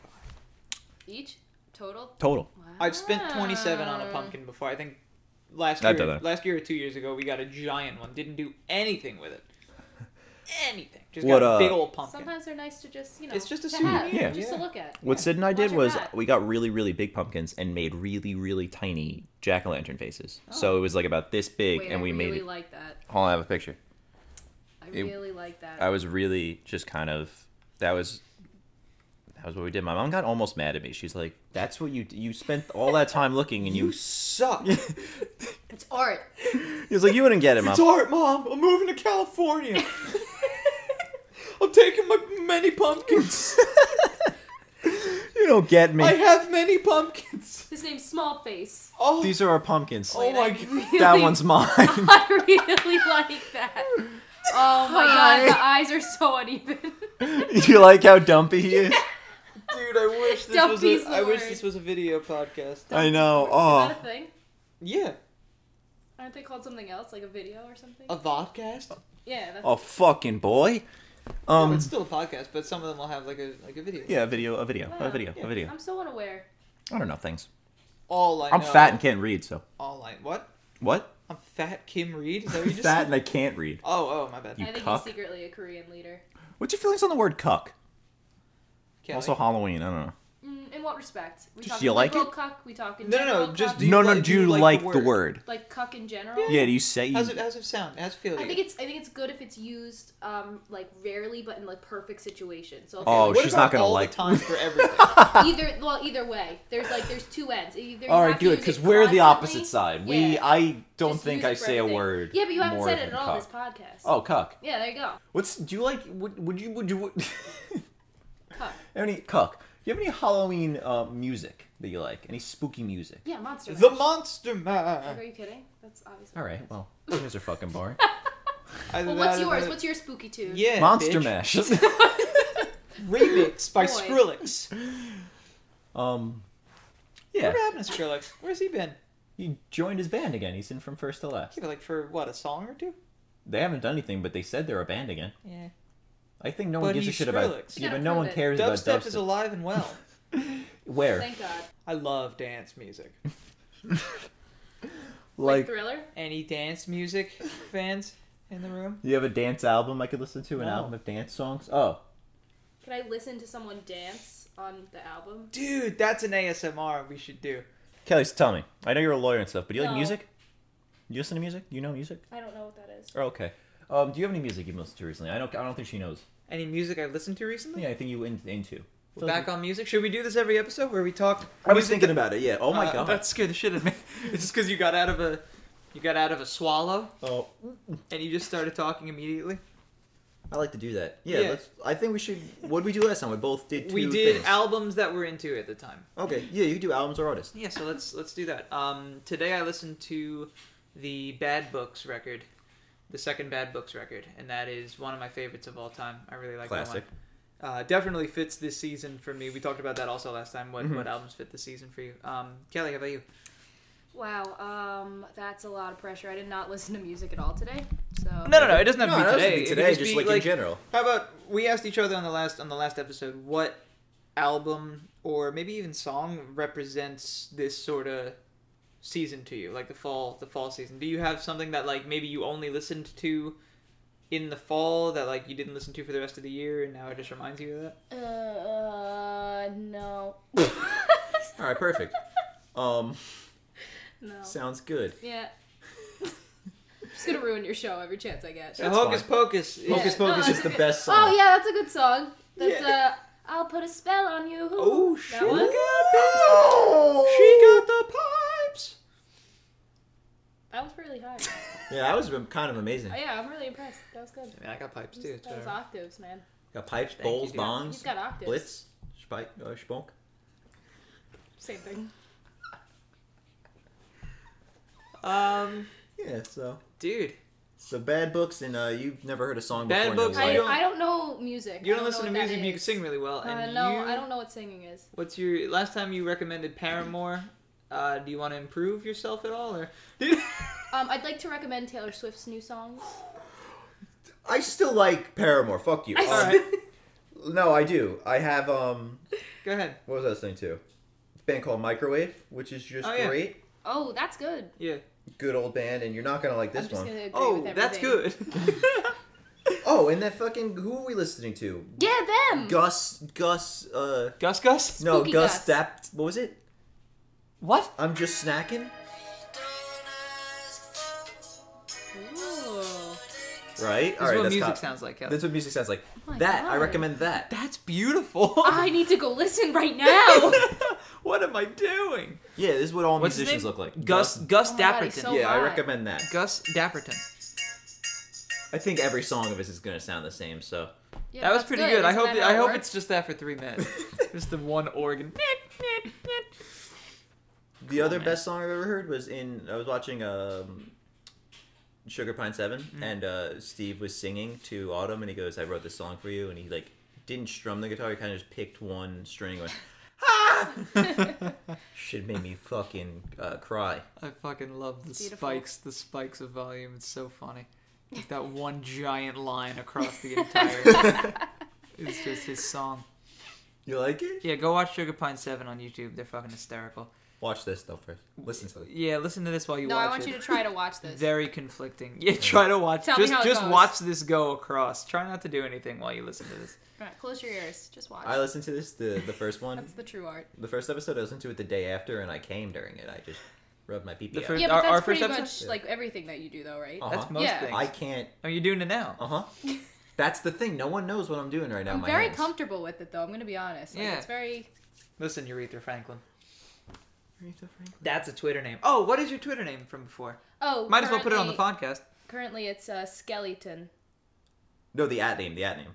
Speaker 1: Each total.
Speaker 3: total.
Speaker 1: Wow.
Speaker 2: I've spent twenty-seven on
Speaker 1: Ah.
Speaker 2: a pumpkin before. I think last
Speaker 3: I
Speaker 2: year,
Speaker 3: did that.
Speaker 2: last year or two years ago, we got a giant one. Didn't do anything with it. Anything. Just
Speaker 3: What,
Speaker 2: got a
Speaker 3: uh,
Speaker 2: big old pumpkin.
Speaker 1: Sometimes they're nice to just you know.
Speaker 2: It's just a
Speaker 1: to have,
Speaker 2: souvenir,
Speaker 3: Yeah.
Speaker 1: Just to
Speaker 2: yeah.
Speaker 1: look at.
Speaker 3: What Sid and I did
Speaker 1: Watch your
Speaker 3: was
Speaker 1: back.
Speaker 3: we got really, really big pumpkins and made really, really tiny jack o' lantern faces. So it was like about this big,
Speaker 1: Wait,
Speaker 3: and we
Speaker 1: I
Speaker 3: made
Speaker 1: really
Speaker 3: it.
Speaker 1: like that.
Speaker 3: Hold on, I have a picture.
Speaker 1: I
Speaker 3: It-
Speaker 1: really like that.
Speaker 3: I was really just kind of that was that was what we did. My mom got almost mad at me. She's like, "That's what you you spent all that time looking, and
Speaker 2: You
Speaker 3: you."
Speaker 2: suck.
Speaker 1: It's art.
Speaker 3: He was like, "You wouldn't get it, mom."
Speaker 2: It's art, Mom. I'm moving to California. I'm taking my many pumpkins.
Speaker 3: you don't get me.
Speaker 2: I have many pumpkins.
Speaker 1: His name's Small Face.
Speaker 2: Oh,
Speaker 3: These are our pumpkins.
Speaker 2: oh my god.
Speaker 1: Really,
Speaker 3: that one's mine.
Speaker 1: I really like that. Oh my
Speaker 3: Hi.
Speaker 1: god, the eyes are so uneven.
Speaker 3: you like how dumpy he is?
Speaker 2: Dude, I wish this
Speaker 1: Don't
Speaker 2: was
Speaker 1: be
Speaker 2: a, I wish
Speaker 1: smart.
Speaker 2: this was a video podcast.
Speaker 3: I know.
Speaker 1: Is
Speaker 3: Oh,
Speaker 1: that a thing?
Speaker 2: Yeah,
Speaker 1: Aren't they called something else, like a video or something?
Speaker 2: a vodcast.
Speaker 1: yeah, that's
Speaker 3: oh, fucking boy. Um,
Speaker 2: No, it's still a podcast, but some of them will have like a like a video.
Speaker 3: yeah, a video, a video,
Speaker 1: Wow.
Speaker 3: a video, a video.
Speaker 1: I'm so unaware.
Speaker 3: I don't know things.
Speaker 2: All I
Speaker 3: I'm
Speaker 2: know.
Speaker 3: fat and can't read, so
Speaker 2: all I what?
Speaker 3: what?
Speaker 2: I'm fat Kim Reed. Is that what you just
Speaker 3: fat
Speaker 2: said?
Speaker 3: and I can't read.
Speaker 2: Oh, oh, my bad.
Speaker 3: You
Speaker 1: I think
Speaker 3: cuck.
Speaker 1: he's secretly a Korean leader.
Speaker 3: What's your feelings on the word cuck?
Speaker 2: Can't
Speaker 3: also,
Speaker 2: like-
Speaker 3: Halloween. I don't know.
Speaker 1: Mm, in what respect? We
Speaker 3: Just
Speaker 1: talking
Speaker 3: you like
Speaker 1: liberal
Speaker 3: it?
Speaker 1: Cuck, we talking
Speaker 2: No, no, no,
Speaker 1: general
Speaker 2: just
Speaker 1: cuck,
Speaker 2: Do you
Speaker 3: no, no.
Speaker 2: like-
Speaker 3: do
Speaker 2: do you
Speaker 3: you
Speaker 2: like
Speaker 3: like,
Speaker 2: the
Speaker 3: the word?
Speaker 1: like cuck in general.
Speaker 3: Yeah. Do you say?
Speaker 2: how's
Speaker 3: You,
Speaker 2: it how's it sound? How's it feel? to
Speaker 1: I
Speaker 2: you?
Speaker 1: think it's I think it's good if it's used um like rarely, but in like perfect situations. So if
Speaker 3: Oh,
Speaker 1: you're,
Speaker 2: What
Speaker 3: she's
Speaker 2: about
Speaker 3: not gonna
Speaker 2: all
Speaker 3: like-
Speaker 2: the time for everything.
Speaker 1: like, either well either way, there's like there's two ends. Either you
Speaker 3: all right,
Speaker 1: have to
Speaker 3: do it
Speaker 1: use
Speaker 3: because we're the opposite
Speaker 1: constantly-
Speaker 3: side. We,
Speaker 1: Yeah.
Speaker 3: I don't
Speaker 1: Just
Speaker 3: think
Speaker 1: use it
Speaker 3: I
Speaker 1: for
Speaker 3: say a
Speaker 1: everything.
Speaker 3: word.
Speaker 1: Yeah, but you haven't
Speaker 3: more
Speaker 1: said
Speaker 3: than
Speaker 1: it at all this
Speaker 3: cuck.
Speaker 1: podcast.
Speaker 3: Oh, cuck.
Speaker 1: Yeah, there you go.
Speaker 3: What's do you like? Would, would you would you would,
Speaker 1: Cuck.
Speaker 3: any cuck? Do you have any Halloween uh, music that you like? Any spooky music?
Speaker 1: Yeah, monster.
Speaker 2: The
Speaker 1: Mash.
Speaker 2: Monster Man.
Speaker 1: Are you kidding? That's obviously.
Speaker 3: All right, well, there's a fucking bar.
Speaker 1: Well,
Speaker 2: Either that
Speaker 1: what's
Speaker 2: or
Speaker 1: yours?
Speaker 2: the-
Speaker 1: What's your spooky tooth?
Speaker 2: yeah,
Speaker 10: Monster
Speaker 2: bitch.
Speaker 10: Mash.
Speaker 2: Remix by
Speaker 1: Boy.
Speaker 2: Skrillex.
Speaker 10: um, yeah.
Speaker 2: What happened to Skrillex? Where's he been?
Speaker 10: He joined his band again. He's in from first to last.
Speaker 2: You know, like for what a song or two.
Speaker 10: They haven't done anything, but they said they're a band again.
Speaker 2: Yeah.
Speaker 10: I think no one
Speaker 2: But
Speaker 10: gives a
Speaker 2: he's
Speaker 10: shit about.
Speaker 2: Skrillex.
Speaker 10: Yeah,
Speaker 1: We
Speaker 10: but
Speaker 1: gotta
Speaker 10: no
Speaker 1: prove
Speaker 10: one
Speaker 1: it.
Speaker 10: cares about
Speaker 2: Dubstep
Speaker 10: dubstep.
Speaker 2: is alive and well.
Speaker 10: Where?
Speaker 1: Thank God.
Speaker 2: I love dance music.
Speaker 1: Like,
Speaker 10: like,
Speaker 1: Thriller?
Speaker 2: Any dance music fans in the room?
Speaker 10: you have a dance album I could listen to? An
Speaker 2: No.
Speaker 10: album of dance songs? Oh,
Speaker 1: Can I listen to someone dance on the album?
Speaker 2: Dude, that's an ASMR we should do.
Speaker 10: Kelly, so tell me. I know you're a lawyer and stuff, but do you like
Speaker 1: No.
Speaker 10: music? You listen to music? You know music?
Speaker 1: I don't know what that is.
Speaker 10: Oh, okay. Um, do you have any music you've listened to recently? I don't. I don't think she knows.
Speaker 2: Any music I listened to recently?
Speaker 10: Yeah, I think you in, into.
Speaker 2: We're back on music. Should we do this every episode where we talk?
Speaker 10: I was
Speaker 2: music
Speaker 10: thinking
Speaker 2: that-
Speaker 10: about it. Yeah. Oh my
Speaker 2: Uh,
Speaker 10: god.
Speaker 2: that scared the shit out of me. It's just because you got out of a, you got out of a swallow
Speaker 10: Oh,
Speaker 2: and you just started talking immediately.
Speaker 3: I like to do that. Yeah,
Speaker 2: Yeah.
Speaker 3: Let's, I think we should. What did we do last time? We both did. Two
Speaker 2: we did
Speaker 3: things.
Speaker 2: albums that we're into at the time.
Speaker 3: okay. Yeah, you do albums or artists.
Speaker 2: Yeah, so let's let's do that. Um, today I listened to the Bad Books record, the second Bad Books record, and that is one of my favorites of all time. I really like
Speaker 3: Classic.
Speaker 2: that one. Uh, definitely fits this season for me. We talked about that also last time. What
Speaker 3: Mm-hmm.
Speaker 2: what albums fit this season for you? Um, Kelly, how about you?
Speaker 1: Wow, um, that's a lot of pressure. I did not listen to music at all today. So
Speaker 2: no, it doesn't
Speaker 3: No, that doesn't be today, just like, in general.
Speaker 2: How about we asked each other on the last on the last episode what album or maybe even song represents this sort of season to you, like the fall the fall season. Do you have something that like maybe you only listened to in the fall that like you didn't listen to for the rest of the year and now it just reminds you of that?
Speaker 1: Uh, uh, no.
Speaker 3: All right, perfect. Um,
Speaker 1: no.
Speaker 3: sounds good.
Speaker 1: Yeah. Just gonna ruin your show every chance I get.
Speaker 2: Uh, Hocus
Speaker 3: fine.
Speaker 2: Pocus. is-
Speaker 3: Hocus
Speaker 1: Yeah, no,
Speaker 3: Pocus is
Speaker 1: that's
Speaker 3: the
Speaker 1: okay.
Speaker 3: best
Speaker 1: Oh
Speaker 3: song.
Speaker 1: yeah, that's a good song. That's uh, I'll put a spell on you.
Speaker 2: Oh
Speaker 1: That
Speaker 2: shit.
Speaker 1: one?
Speaker 3: Oh!
Speaker 2: She got the pipes.
Speaker 1: That was really high.
Speaker 3: Yeah, that was kind of amazing.
Speaker 1: Oh, yeah, I'm really impressed. That was good.
Speaker 2: I mean, I got pipes too. It's
Speaker 1: That was
Speaker 2: whatever.
Speaker 1: octaves, man.
Speaker 3: Got pipes,
Speaker 2: Thank
Speaker 3: bowls,
Speaker 2: you, dude.
Speaker 3: bongs,
Speaker 1: He's got octaves.
Speaker 3: blitz, spike, uh, spunk.
Speaker 1: Same thing.
Speaker 2: Um,
Speaker 3: Yeah, so
Speaker 2: dude,
Speaker 3: so bad books and uh, you've never heard a song
Speaker 2: Bad
Speaker 3: before. in your
Speaker 2: Books,
Speaker 3: life.
Speaker 1: I,
Speaker 2: don't-
Speaker 1: I don't know music.
Speaker 2: you
Speaker 1: I
Speaker 2: don't, listen to
Speaker 1: know what
Speaker 2: music,
Speaker 1: that
Speaker 2: but you can
Speaker 1: is.
Speaker 2: sing really well.
Speaker 1: Uh,
Speaker 2: and
Speaker 1: no,
Speaker 2: you...
Speaker 1: I don't know what singing is.
Speaker 2: What's your last time you recommended Paramore? Uh, do you want to improve yourself at all, or
Speaker 1: Um, I'd like to recommend Taylor Swift's new songs.
Speaker 3: I still like Paramore. Fuck you.
Speaker 1: I
Speaker 3: Um,
Speaker 2: all right,
Speaker 3: No, I do. I have um.
Speaker 2: go ahead.
Speaker 3: What was I listening to? It's a band called Microwave, which is just
Speaker 2: Oh, yeah.
Speaker 3: great.
Speaker 1: Oh, that's good.
Speaker 2: Yeah.
Speaker 3: Good old band, and you're not gonna like
Speaker 1: I'm
Speaker 3: this
Speaker 1: just
Speaker 3: one.
Speaker 1: gonna agree
Speaker 2: Oh,
Speaker 1: with everything.
Speaker 2: that's good.
Speaker 3: Oh, and that fucking who are we listening to?
Speaker 1: Yeah, them.
Speaker 3: Gus, Gus, uh,
Speaker 2: Gus, Gus.
Speaker 3: no,
Speaker 1: Spooky
Speaker 3: Gus.
Speaker 1: Gus.
Speaker 3: That what was it?
Speaker 2: What?
Speaker 3: I'm just snacking.
Speaker 1: Ooh.
Speaker 3: Right.
Speaker 2: This
Speaker 3: All right.
Speaker 2: is what
Speaker 3: that's
Speaker 2: music
Speaker 3: cop-
Speaker 2: sounds like. Kelly.
Speaker 3: That's what music sounds like.
Speaker 1: Oh my
Speaker 3: that I
Speaker 1: God.
Speaker 3: recommend that.
Speaker 2: That's beautiful.
Speaker 1: I need to go listen right now.
Speaker 2: what am I doing?
Speaker 3: Yeah, this is what all
Speaker 2: What's his
Speaker 3: musicians
Speaker 2: name?
Speaker 3: look like.
Speaker 2: Gus, Gus
Speaker 1: Oh my God, he's
Speaker 2: Dapperton.
Speaker 1: so-
Speaker 3: Yeah, I
Speaker 1: hot.
Speaker 3: recommend that.
Speaker 2: Gus Dapperton.
Speaker 3: I think every song of his is gonna sound the same. So
Speaker 1: Yeah,
Speaker 2: that was
Speaker 1: that's
Speaker 2: pretty good. I
Speaker 1: Isn't
Speaker 2: hope
Speaker 1: that how
Speaker 2: I
Speaker 1: it
Speaker 2: hope
Speaker 1: works?
Speaker 2: it's just that for three minutes. just the one organ.
Speaker 3: the other
Speaker 2: man.
Speaker 3: best song I've ever heard was in I was watching um, Sugar Pine 7
Speaker 2: Mm-hmm.
Speaker 3: and uh, Steve was singing to Autumn, and he goes, "I wrote this song for you," and he like didn't strum the guitar. He kind of just picked one string. and Went, ah! Shit made me fucking uh, cry.
Speaker 2: I fucking love the
Speaker 1: Beautiful.
Speaker 2: spikes. The spikes of volume. It's so funny. Like that one giant line across the entire. it's just his song.
Speaker 3: You like it?
Speaker 2: Yeah, go watch Sugar Pine Seven on YouTube. They're fucking hysterical.
Speaker 3: Watch this though first. Listen to it.
Speaker 2: Yeah, listen to this while you
Speaker 1: No,
Speaker 2: watch
Speaker 1: I want
Speaker 2: it.
Speaker 1: you to try to watch this.
Speaker 2: Very conflicting. Yeah, try to watch.
Speaker 1: Tell me
Speaker 2: just
Speaker 1: how it
Speaker 2: just
Speaker 1: goes.
Speaker 2: watch this go across. Try not to do anything while you listen to this.
Speaker 1: Alright, close your ears. Just watch.
Speaker 3: I listened to this the the first one,
Speaker 1: That's the true art.
Speaker 3: the first episode. I listened to it the day after, and I came during it. I just rubbed my pee pee.
Speaker 2: The first-
Speaker 1: Yeah, but
Speaker 2: Our- Oh,
Speaker 1: that's
Speaker 2: our first
Speaker 1: pretty much
Speaker 2: episode?
Speaker 1: like everything that you do, though, right?
Speaker 3: Uh-huh.
Speaker 2: That's most
Speaker 1: Yeah.
Speaker 2: things.
Speaker 3: I can't.
Speaker 2: Oh, you're doing it now.
Speaker 3: Uh huh. That's the thing. No one knows what I'm doing right now.
Speaker 1: I'm
Speaker 3: my
Speaker 1: very
Speaker 3: hands.
Speaker 1: comfortable with it, though. I'm gonna be honest. Like,
Speaker 2: Yeah.
Speaker 1: It's very.
Speaker 2: Listen, Aretha Franklin. That's a Twitter name. Oh, what is your Twitter name from before?
Speaker 1: Oh,
Speaker 2: Might as well put it on the
Speaker 1: currently-
Speaker 2: podcast.
Speaker 1: Currently, it's uh, skeleton.
Speaker 3: No, the at name. The at name.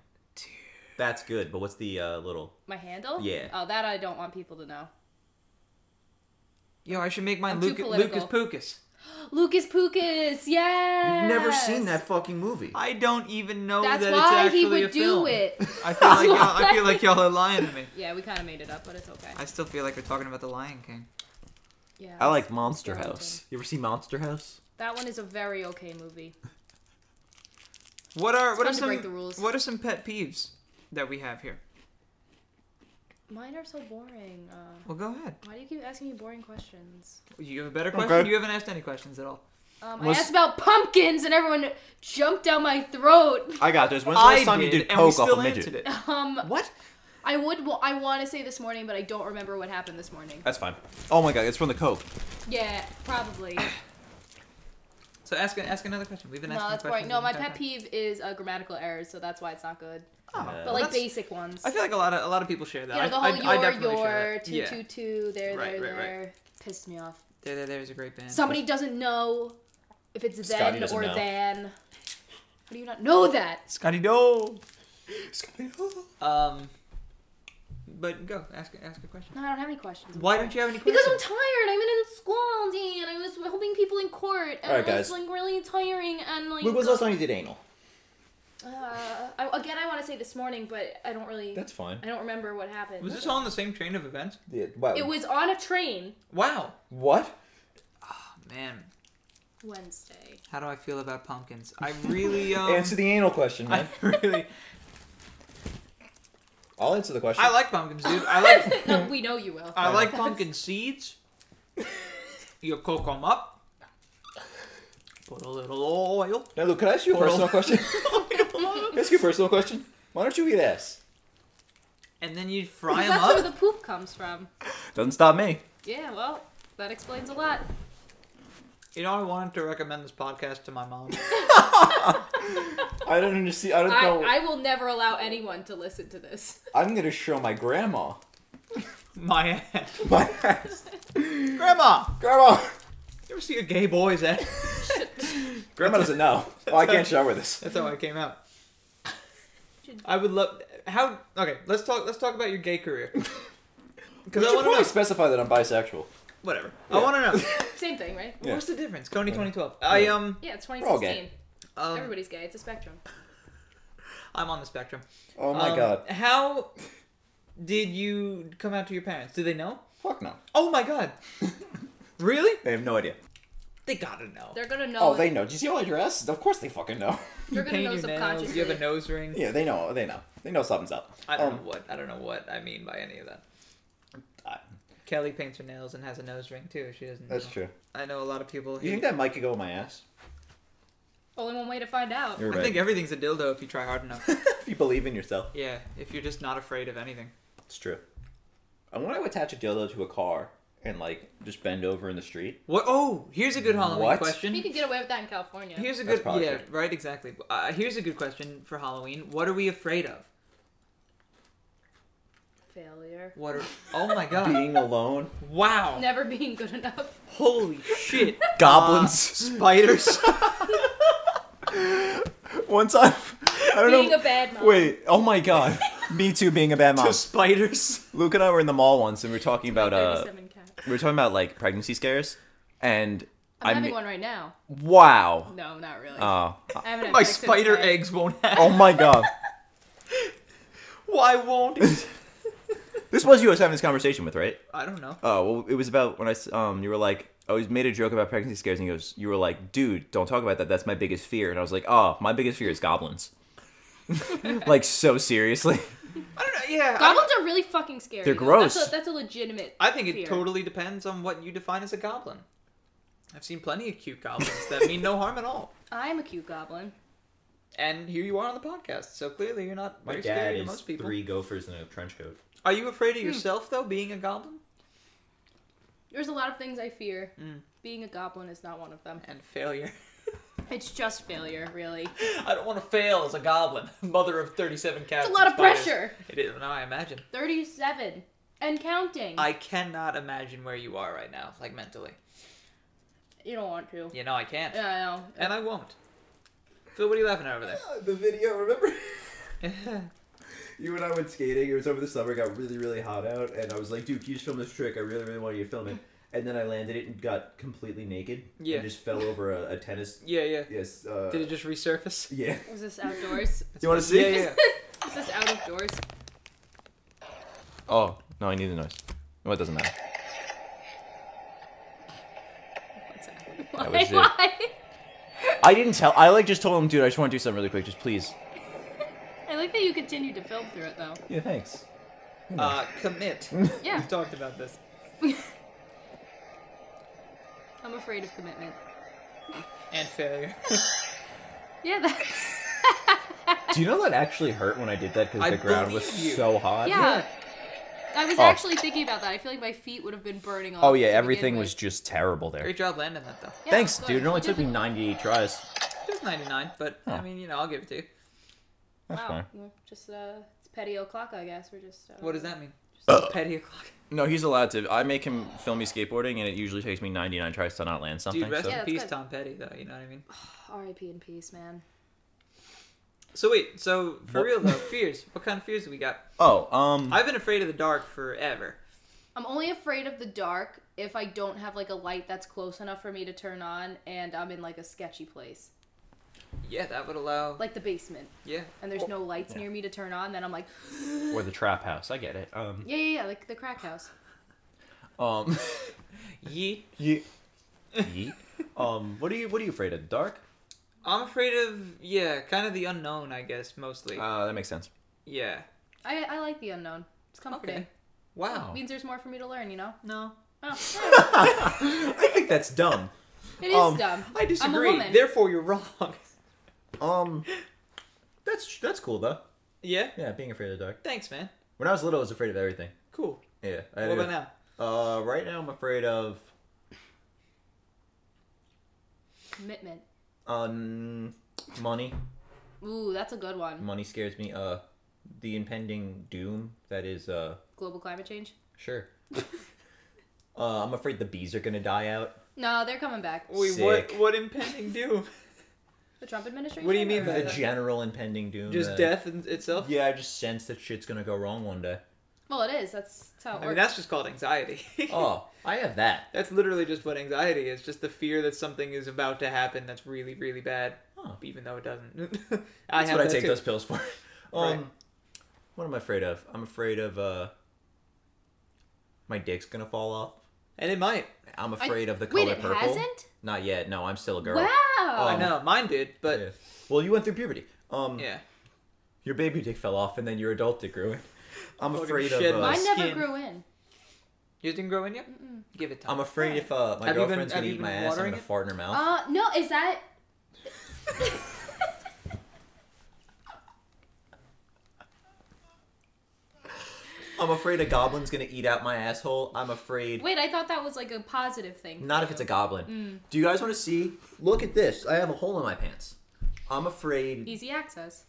Speaker 3: That's good. But what's the uh, little?
Speaker 1: My handle.
Speaker 3: Yeah.
Speaker 1: Oh, that I don't want people to know.
Speaker 2: Yo, I should make mine
Speaker 1: I'm too
Speaker 2: Luca- Lucas
Speaker 1: political.
Speaker 2: Pucas.
Speaker 1: Lucas Pukas, yes.
Speaker 11: I've never seen that fucking movie.
Speaker 2: I don't even know
Speaker 1: That's
Speaker 2: that
Speaker 1: why
Speaker 2: it's
Speaker 1: he
Speaker 2: actually a
Speaker 1: would do
Speaker 2: film.
Speaker 1: it.
Speaker 2: I feel like y'all, I feel like y'all are lying to me.
Speaker 1: Yeah, we kind of made it up, but it's okay.
Speaker 2: I still feel like we're talking about the Lion King.
Speaker 1: Yeah.
Speaker 6: I like Monster
Speaker 1: You're
Speaker 6: House. You ever see Monster House?
Speaker 1: That one is a very okay movie.
Speaker 2: What are what
Speaker 1: fun
Speaker 2: are
Speaker 1: to
Speaker 2: some
Speaker 1: break the rules.
Speaker 2: what are some pet peeves that we have here?
Speaker 1: Mine are so boring. Uh,
Speaker 2: Well, go ahead.
Speaker 1: why do you keep asking me boring questions?
Speaker 2: You have a better question. You haven't asked any questions at all.
Speaker 1: Um,
Speaker 6: Was-
Speaker 1: I asked about pumpkins and everyone jumped down my throat.
Speaker 6: I got this. When's
Speaker 2: I did, and we still answered it.
Speaker 1: Um,
Speaker 2: What?
Speaker 1: I would. Well, I want to say this morning, but I don't remember what happened this morning.
Speaker 6: That's fine. Oh my god, it's from the Coke.
Speaker 1: Yeah, probably.
Speaker 2: So ask ask another question. We've been
Speaker 1: No,
Speaker 2: asking
Speaker 1: that's boring.
Speaker 2: questions.
Speaker 1: No,
Speaker 2: the
Speaker 1: my
Speaker 2: entire
Speaker 1: pet
Speaker 2: time.
Speaker 1: peeve is uh, grammatical errors, so that's why it's not good.
Speaker 2: Oh,
Speaker 11: But,
Speaker 1: But
Speaker 2: well,
Speaker 1: like
Speaker 2: that's-
Speaker 1: basic ones.
Speaker 2: I feel like a lot of a lot of people share that.
Speaker 1: you know, the
Speaker 2: I,
Speaker 1: whole
Speaker 2: I, I
Speaker 1: your,
Speaker 2: definitely
Speaker 1: your,
Speaker 2: share that.
Speaker 1: two,
Speaker 2: yeah.
Speaker 1: two, two, there,
Speaker 2: Right,
Speaker 1: there,
Speaker 2: right, right.
Speaker 1: there. Pissed me off.
Speaker 2: There, there, there's a great band.
Speaker 1: Somebody doesn't know if it's
Speaker 11: Scotty
Speaker 1: then
Speaker 11: doesn't
Speaker 1: or
Speaker 11: know.
Speaker 1: than. How do you not know that?
Speaker 2: Scotty Doe. Um, but go ask ask a question.
Speaker 1: No, I don't have any questions. I'm
Speaker 2: Why
Speaker 1: sorry.
Speaker 2: don't you have any
Speaker 1: Because
Speaker 2: questions?
Speaker 1: I'm tired. I'm in school, Dan. I was helping people in court, and
Speaker 3: All right,
Speaker 1: it was
Speaker 3: guys.
Speaker 1: like really tiring. And like,
Speaker 3: When was the last time you did anal?
Speaker 1: Uh, I, again, I want to say this morning, but I don't really.
Speaker 3: That's fine.
Speaker 1: I don't remember what happened.
Speaker 2: was this all on the same train of events?
Speaker 3: Yeah, wow.
Speaker 1: It was on a train
Speaker 2: Wow.
Speaker 3: what?
Speaker 2: Man,
Speaker 1: Wednesday.
Speaker 2: how do I feel about pumpkins? I really um,
Speaker 3: answer the anal question,
Speaker 2: I
Speaker 3: man.
Speaker 2: really
Speaker 3: I'll answer the question.
Speaker 2: I like pumpkins, dude. I like
Speaker 1: No, we know you will.
Speaker 2: I like pumpkin seeds. You cook them up. Put a little oil.
Speaker 3: now, Luke, can I ask you a
Speaker 2: Oral.
Speaker 3: personal question? Can I ask you a personal question? Why don't you eat ass?
Speaker 2: And then you fry
Speaker 1: Because
Speaker 2: them
Speaker 1: that's where
Speaker 2: up.
Speaker 1: the poop comes from.
Speaker 6: Doesn't stop me.
Speaker 1: Yeah, well, that explains a lot.
Speaker 2: You know, I wanted to recommend this podcast to my mom.
Speaker 3: I don't understand. I don't
Speaker 1: I,
Speaker 3: know.
Speaker 1: I will never allow anyone to listen to this.
Speaker 3: I'm gonna show my grandma.
Speaker 2: my ass.
Speaker 3: My ass.
Speaker 2: Grandma!
Speaker 3: Grandma.
Speaker 2: You ever see a gay boy's ass?
Speaker 3: Grandma doesn't know. Oh, I can't show her this.
Speaker 2: That's how I came out. I would love how. Okay, let's talk. Let's talk about your gay career. Because
Speaker 3: Because
Speaker 2: I
Speaker 3: I
Speaker 2: want to
Speaker 3: probably
Speaker 2: know.
Speaker 3: specify that I'm bisexual.
Speaker 2: Whatever.
Speaker 3: Yeah.
Speaker 2: I want to know.
Speaker 1: Same thing, right?
Speaker 3: Yeah.
Speaker 2: What's the difference? Coney 2012. I um
Speaker 1: Yeah, it's
Speaker 3: all
Speaker 1: 2016.
Speaker 3: gay.
Speaker 2: um
Speaker 1: Everybody's gay. It's a spectrum.
Speaker 2: I'm on the spectrum.
Speaker 3: Oh my
Speaker 2: Um,
Speaker 3: god.
Speaker 2: How did you come out to your parents? Do they know?
Speaker 3: Fuck no.
Speaker 2: Oh my god. really?
Speaker 6: They have no idea.
Speaker 2: They gotta know.
Speaker 1: They're gonna know.
Speaker 3: Oh,
Speaker 2: eh.
Speaker 1: it.
Speaker 3: they know. Do you see all I dress? Of course they fucking know.
Speaker 1: They're gonna
Speaker 2: Paint
Speaker 1: know
Speaker 2: your nails.
Speaker 1: subconsciously.
Speaker 2: You have a nose ring.
Speaker 3: Yeah, they know. They know. They know something's up.
Speaker 2: I don't
Speaker 3: Um,
Speaker 2: know what I don't know what I mean by any of that.
Speaker 3: I-
Speaker 2: Kelly paints her nails and has a nose ring too. She doesn't.
Speaker 3: That's
Speaker 2: know.
Speaker 3: true.
Speaker 2: I know a lot of people. Who,
Speaker 3: You think that mic could go in my ass?
Speaker 1: Only one way to find out.
Speaker 3: You're
Speaker 2: I think everything's a dildo if you try hard enough.
Speaker 3: if you believe in yourself,
Speaker 2: yeah, if you're just not afraid of anything.
Speaker 3: it's true. I want to attach a dildo to a car and like just bend over in the street.
Speaker 2: What? Oh, here's a good Halloween
Speaker 3: What?
Speaker 1: You
Speaker 2: question.
Speaker 1: could get away with that in California.
Speaker 2: Here's a
Speaker 3: That's
Speaker 2: good.
Speaker 3: probably
Speaker 2: Yeah,
Speaker 3: true.
Speaker 2: right. Exactly. Uh, here's a good question for Halloween. What are we afraid of?
Speaker 1: Failure.
Speaker 2: What are? Oh my god!
Speaker 3: Being alone.
Speaker 2: Wow!
Speaker 1: Never being good enough.
Speaker 2: Holy shit!
Speaker 6: Goblins.
Speaker 3: Uh,
Speaker 2: Spiders.
Speaker 6: One time. I don't
Speaker 1: being
Speaker 6: know.
Speaker 1: a bad mom.
Speaker 6: Wait. Oh my god. me too. Being a bad mom.
Speaker 2: spiders.
Speaker 6: Luke and I were in the mall once, and we were talking about uh,
Speaker 1: 37 cat.
Speaker 6: we were talking about like pregnancy scares, and
Speaker 1: I'm
Speaker 6: I
Speaker 1: having
Speaker 6: ma-
Speaker 1: one right now.
Speaker 6: Wow.
Speaker 1: No, not really.
Speaker 3: Uh,
Speaker 6: Oh.
Speaker 1: I haven't had
Speaker 2: My
Speaker 1: sex since
Speaker 2: spider
Speaker 1: then.
Speaker 2: eggs won't hatch.
Speaker 6: Oh my god.
Speaker 2: Why won't it?
Speaker 6: This was you I was having this conversation with, right?
Speaker 2: I don't know.
Speaker 6: Oh, well, it was about when I s- um you were like I was made a joke about pregnancy scares, and he goes, you were like, dude, don't talk about that. That's my biggest fear, and I was like, oh, my biggest fear is goblins. like so seriously.
Speaker 2: I don't know. Yeah. I,
Speaker 1: Goblins are really fucking scary.
Speaker 6: They're
Speaker 1: though. That's
Speaker 6: gross.
Speaker 1: a, that's a legitimate.
Speaker 2: I think it
Speaker 1: fear.
Speaker 2: totally depends on what you define as a goblin. I've seen plenty of cute goblins that mean no harm at all.
Speaker 1: I'm a cute goblin.
Speaker 2: And here you are on the podcast, so clearly you're not
Speaker 11: My
Speaker 2: very
Speaker 11: dad
Speaker 2: scary to
Speaker 11: is
Speaker 2: most people.
Speaker 11: three gophers in a trench coat.
Speaker 2: Are you afraid of yourself though, being a goblin?
Speaker 1: There's a lot of things I fear.
Speaker 2: Mm.
Speaker 1: Being a goblin is not one of them.
Speaker 2: And failure.
Speaker 1: It's just failure, really.
Speaker 2: I don't want to fail as a goblin, mother of thirty-seven cats.
Speaker 1: It's a lot of
Speaker 2: and spiders.
Speaker 1: pressure.
Speaker 2: It is. Now I imagine.
Speaker 1: 37 and counting.
Speaker 2: I cannot imagine where you are right now, like mentally.
Speaker 1: You don't want to.
Speaker 2: You know I can't,
Speaker 1: Yeah, I know.
Speaker 2: and I won't. Phil, what are you laughing at over there?
Speaker 3: Uh, The video, remember? You and I went skating. It was over the summer. It got really, really hot out, and I was like, "Dude, can you just film this trick? I really, really want you to film it." and then I landed it and got completely naked.
Speaker 2: Yeah.
Speaker 3: And just fell over a, a tennis.
Speaker 2: Yeah, yeah.
Speaker 3: Yes. Uh,
Speaker 2: Did it just resurface?
Speaker 3: yeah.
Speaker 1: Was this outdoors?
Speaker 2: You want to see? Yeah, yeah.
Speaker 1: Is this out of doors?
Speaker 12: Oh no, I need the noise. Well, it doesn't matter.
Speaker 1: What's that? Why?
Speaker 12: was it.
Speaker 1: Why?
Speaker 12: I didn't tell. I like just told him, dude. I just want to do something really quick. Just please.
Speaker 1: I like that you continued to film through it though.
Speaker 12: Yeah, thanks.
Speaker 2: Uh, commit.
Speaker 1: Yeah.
Speaker 2: We've talked about this.
Speaker 1: I'm afraid of commitment.
Speaker 2: And failure.
Speaker 1: Yeah, that's.
Speaker 12: Do you know that actually hurt when I did that because
Speaker 2: I
Speaker 12: the ground was
Speaker 2: believe you.
Speaker 12: so hot?
Speaker 1: yeah. I was
Speaker 12: Uh, Oh.
Speaker 1: actually thinking about that. I feel like my feet would have been burning off.
Speaker 12: Oh yeah,
Speaker 1: to begin
Speaker 12: everything
Speaker 1: with.
Speaker 12: was just terrible there.
Speaker 2: Great job landing that though.
Speaker 1: Yeah,
Speaker 12: Thanks,
Speaker 1: good.
Speaker 12: dude. It only took me
Speaker 1: Wow.
Speaker 12: 98 tries.
Speaker 2: It was 99, but I
Speaker 12: Huh.
Speaker 2: mean, you know, I'll give it to you.
Speaker 12: That's fine.
Speaker 1: Well, Just uh, it's petty o'clock, I guess. We're just. Uh,
Speaker 2: What does that mean? Just
Speaker 12: Uh.
Speaker 2: petty o'clock.
Speaker 12: No, he's allowed to. I make him film me skateboarding, and it usually takes me 99 tries to not land something.
Speaker 2: Dude, rest
Speaker 12: so.
Speaker 1: Yeah,
Speaker 2: in
Speaker 1: that's
Speaker 2: peace,
Speaker 1: good.
Speaker 2: Tom Petty, though. You know what I mean?
Speaker 1: R.I.P. in peace, man.
Speaker 2: So wait, so for
Speaker 12: What-
Speaker 2: real though, fears. What kind of fears do we got?
Speaker 12: Oh, um,
Speaker 2: I've been afraid of the dark forever.
Speaker 1: I'm only afraid of the dark if I don't have like a light that's close enough for me to turn on, and I'm in like a sketchy place,
Speaker 2: Yeah, that would allow.
Speaker 1: like the basement,
Speaker 2: Yeah,
Speaker 1: and there's no lights near me to turn on. Then I'm like,
Speaker 12: or the trap house. I get it. Um,
Speaker 1: yeah, yeah, yeah, like the crack house.
Speaker 12: um,
Speaker 2: yeet.
Speaker 12: yeet. yeet. Um, what are you? What are you afraid of? Dark?
Speaker 2: I'm afraid of yeah, kind of the unknown, I guess mostly.
Speaker 12: Uh, that makes sense.
Speaker 2: yeah.
Speaker 1: I I like the unknown. It's comforting.
Speaker 2: Okay.
Speaker 12: Oh.
Speaker 2: Wow.
Speaker 1: Means there's more for me to learn, you know.
Speaker 2: No.
Speaker 1: Oh,
Speaker 12: I think that's dumb.
Speaker 1: it is
Speaker 12: Um,
Speaker 1: dumb.
Speaker 2: I disagree.
Speaker 1: woman.
Speaker 2: Therefore, you're wrong.
Speaker 12: Um,
Speaker 3: That's that's cool though.
Speaker 2: yeah.
Speaker 3: Yeah, being afraid of the dark.
Speaker 2: Thanks, man.
Speaker 3: When I was little, I was afraid of everything.
Speaker 2: Cool.
Speaker 3: Yeah. I
Speaker 2: What
Speaker 3: had
Speaker 2: about now?
Speaker 3: Uh, right now I'm afraid of
Speaker 1: Commitment.
Speaker 3: um money.
Speaker 1: Ooh, that's a good one.
Speaker 3: Money scares me. Uh, the impending doom that is uh
Speaker 1: Global climate change.
Speaker 3: sure. uh, I'm afraid the bees are gonna die out.
Speaker 1: No, they're coming back.
Speaker 2: Wait,
Speaker 3: Sick.
Speaker 2: what? What impending doom?
Speaker 1: The Trump administration.
Speaker 2: What do you mean
Speaker 1: or-
Speaker 2: by
Speaker 3: The general impending doom.
Speaker 2: Just
Speaker 3: that-
Speaker 2: death in itself.
Speaker 3: Yeah, I just sense that shit's gonna go wrong one day.
Speaker 1: Well, it is. That's, that's how it
Speaker 2: I mean,
Speaker 1: works.
Speaker 2: that's just called anxiety.
Speaker 3: Oh, I have that.
Speaker 2: That's literally just what anxiety is. Just the fear that something is about to happen that's really, really bad,
Speaker 3: Huh.
Speaker 2: even though it doesn't. I
Speaker 3: That's
Speaker 2: have
Speaker 3: what I
Speaker 2: that
Speaker 3: take
Speaker 2: too.
Speaker 3: those pills for. Um,
Speaker 2: Right.
Speaker 3: what am I afraid of? I'm afraid of uh, my dick's gonna fall off.
Speaker 2: And it might.
Speaker 3: I'm
Speaker 1: I-
Speaker 3: afraid of the color
Speaker 1: Wait, it
Speaker 3: purple.
Speaker 1: hasn't.
Speaker 3: Not yet. No, I'm still a girl.
Speaker 1: Wow.
Speaker 2: I
Speaker 3: Um,
Speaker 2: know mine did, but
Speaker 3: Yeah. Well, you went through puberty. Um,
Speaker 2: yeah.
Speaker 3: your baby dick fell off, and then your adult dick grew in. I'm
Speaker 2: Fucking
Speaker 3: afraid
Speaker 2: shed
Speaker 3: of. Uh,
Speaker 2: my-
Speaker 1: Mine never
Speaker 2: skin.
Speaker 1: grew in.
Speaker 2: Yours didn't grow in yet. Give it time.
Speaker 3: I'm afraid if uh, my
Speaker 2: Have you been-
Speaker 3: girlfriend's
Speaker 2: have
Speaker 3: gonna
Speaker 2: you
Speaker 3: eat
Speaker 2: been
Speaker 3: my ass, I'm
Speaker 2: watering
Speaker 3: gonna
Speaker 2: it?
Speaker 3: fart in her mouth.
Speaker 1: Uh, no, is that?
Speaker 3: I'm afraid a goblin's gonna eat out my asshole. I'm afraid.
Speaker 1: Wait, I thought that was like a positive thing.
Speaker 3: Not if it's a goblin.
Speaker 1: Mm.
Speaker 3: Do you guys want to see? Look at this. I have a hole in my pants. I'm afraid.
Speaker 1: easy access.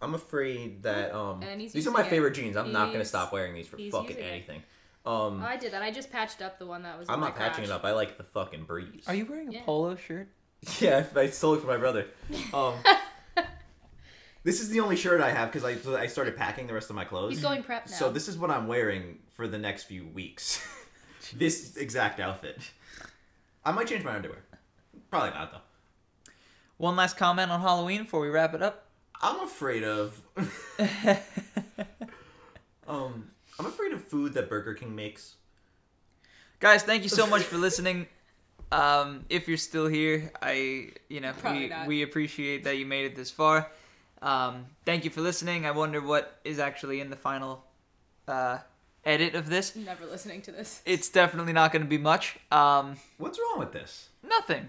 Speaker 3: I'm afraid that um.
Speaker 1: And he's
Speaker 3: These are
Speaker 1: using
Speaker 3: my
Speaker 1: it.
Speaker 3: favorite jeans. I'm not gonna
Speaker 1: He's-
Speaker 3: stop wearing these for
Speaker 1: he's
Speaker 3: fucking
Speaker 1: using it.
Speaker 3: anything.
Speaker 1: Oh,
Speaker 3: Um,
Speaker 1: I did that. I just patched up the one that was.
Speaker 3: I'm
Speaker 1: in my
Speaker 3: not patching
Speaker 1: crotch.
Speaker 3: it up. I like the fucking breeze.
Speaker 2: Are you wearing a
Speaker 1: Yeah.
Speaker 2: polo shirt?
Speaker 3: Yeah, I stole it from my brother. Um, this is the only shirt I have because I I started packing the rest of my clothes.
Speaker 1: He's going prep now.
Speaker 3: So this is what I'm wearing for the next few weeks. this exact outfit. I might change my underwear. Probably not though.
Speaker 2: One last comment on Halloween before we wrap it up.
Speaker 3: I'm afraid of. um, I'm afraid of food that Burger King makes.
Speaker 2: Guys, thank you so much for listening. Um, if you're still here, I you know
Speaker 1: Probably
Speaker 2: we,
Speaker 1: not.
Speaker 2: we appreciate that you made it this far. Um, thank you for listening. I wonder what is actually in the final uh, edit of this.
Speaker 1: I'm never listening to this.
Speaker 2: It's definitely not going to be much. Um,
Speaker 3: What's wrong with this?
Speaker 2: nothing.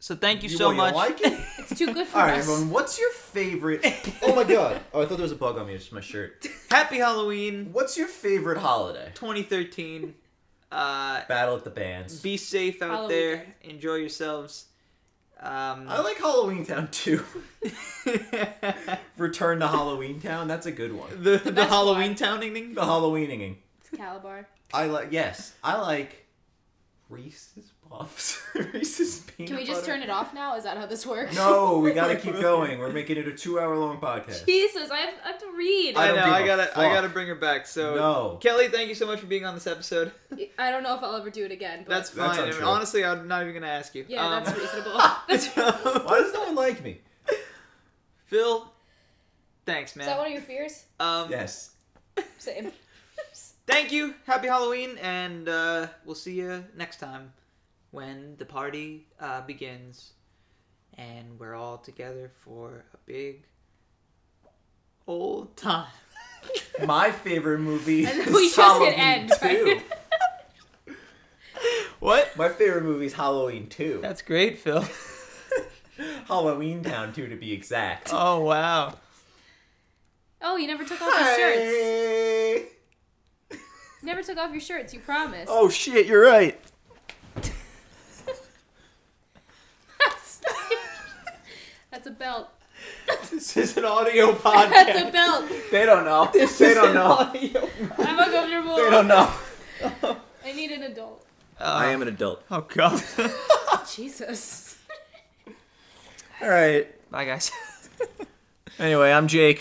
Speaker 2: So thank you, so
Speaker 3: well,
Speaker 2: much.
Speaker 3: like it?
Speaker 1: It's too good for
Speaker 3: All right,
Speaker 1: us.
Speaker 3: everyone. What's your favorite? Oh my god! Oh, I thought there was a bug on me. It's just my shirt.
Speaker 2: Happy Halloween
Speaker 3: What's your favorite holiday?
Speaker 2: 2013. Uh,
Speaker 3: Battle at the Bands.
Speaker 2: be safe out
Speaker 1: Halloween.
Speaker 2: there. Enjoy yourselves. Um,
Speaker 3: I like Halloween Town too. Return to Halloween Town. That's a good one.
Speaker 2: the, the,
Speaker 1: best
Speaker 2: Halloween
Speaker 1: one.
Speaker 2: towning.
Speaker 3: The Halloweening.
Speaker 1: It's Calabar.
Speaker 3: I like. Yes, I like Reese's puffs. Reese's peanut
Speaker 1: Can we just
Speaker 3: butter.
Speaker 1: turn it off now? Is that how this works?
Speaker 3: No, we gotta keep going. We're making it a two-hour-long podcast.
Speaker 1: Jesus, I have, I have to read.
Speaker 2: I,
Speaker 1: I,
Speaker 3: don't
Speaker 2: know.
Speaker 3: give
Speaker 2: I
Speaker 3: a
Speaker 2: gotta. I
Speaker 3: fuck.
Speaker 2: gotta bring her back. So
Speaker 3: No.
Speaker 2: Kelly, thank you so much for being on this episode.
Speaker 1: don't know if I'll ever do it again. But
Speaker 2: That's
Speaker 3: That's
Speaker 2: fine. and
Speaker 3: untrue.
Speaker 2: honestly, I'm not even gonna ask you.
Speaker 1: yeah,
Speaker 2: Um,
Speaker 1: that's reasonable.
Speaker 13: Ah,
Speaker 1: Is
Speaker 2: so,
Speaker 3: Why does no one like me?
Speaker 2: Phil, thanks, man.
Speaker 1: that one of your fears?
Speaker 2: um,
Speaker 3: Yes.
Speaker 1: Same.
Speaker 2: Thank you. Happy Halloween, and uh, we'll see you next time when the party uh, begins, and we're all together for a big old time.
Speaker 3: My favorite movie
Speaker 1: And
Speaker 3: is
Speaker 1: we just hit
Speaker 3: Halloween
Speaker 1: end,
Speaker 3: 2.
Speaker 1: right?
Speaker 2: What?
Speaker 3: My favorite movie is Halloween 2.
Speaker 2: That's great, Phil.
Speaker 3: Halloween Town 2 to be exact.
Speaker 2: Oh wow.
Speaker 1: Oh, you never took off your shirts. You never took off your shirts. You promised.
Speaker 13: Oh shit, you're right.
Speaker 1: That's a belt.
Speaker 2: This is an audio podcast.
Speaker 1: That's a belt.
Speaker 13: They don't know.
Speaker 2: This
Speaker 13: they
Speaker 2: is
Speaker 13: don't
Speaker 2: an
Speaker 13: know.
Speaker 2: audio-
Speaker 1: I'm uncomfortable.
Speaker 13: They don't know.
Speaker 1: I need an adult.
Speaker 3: I am an adult.
Speaker 2: Oh god.
Speaker 1: Jesus.
Speaker 13: All right.
Speaker 2: Bye guys.
Speaker 13: Anyway, I'm Jake.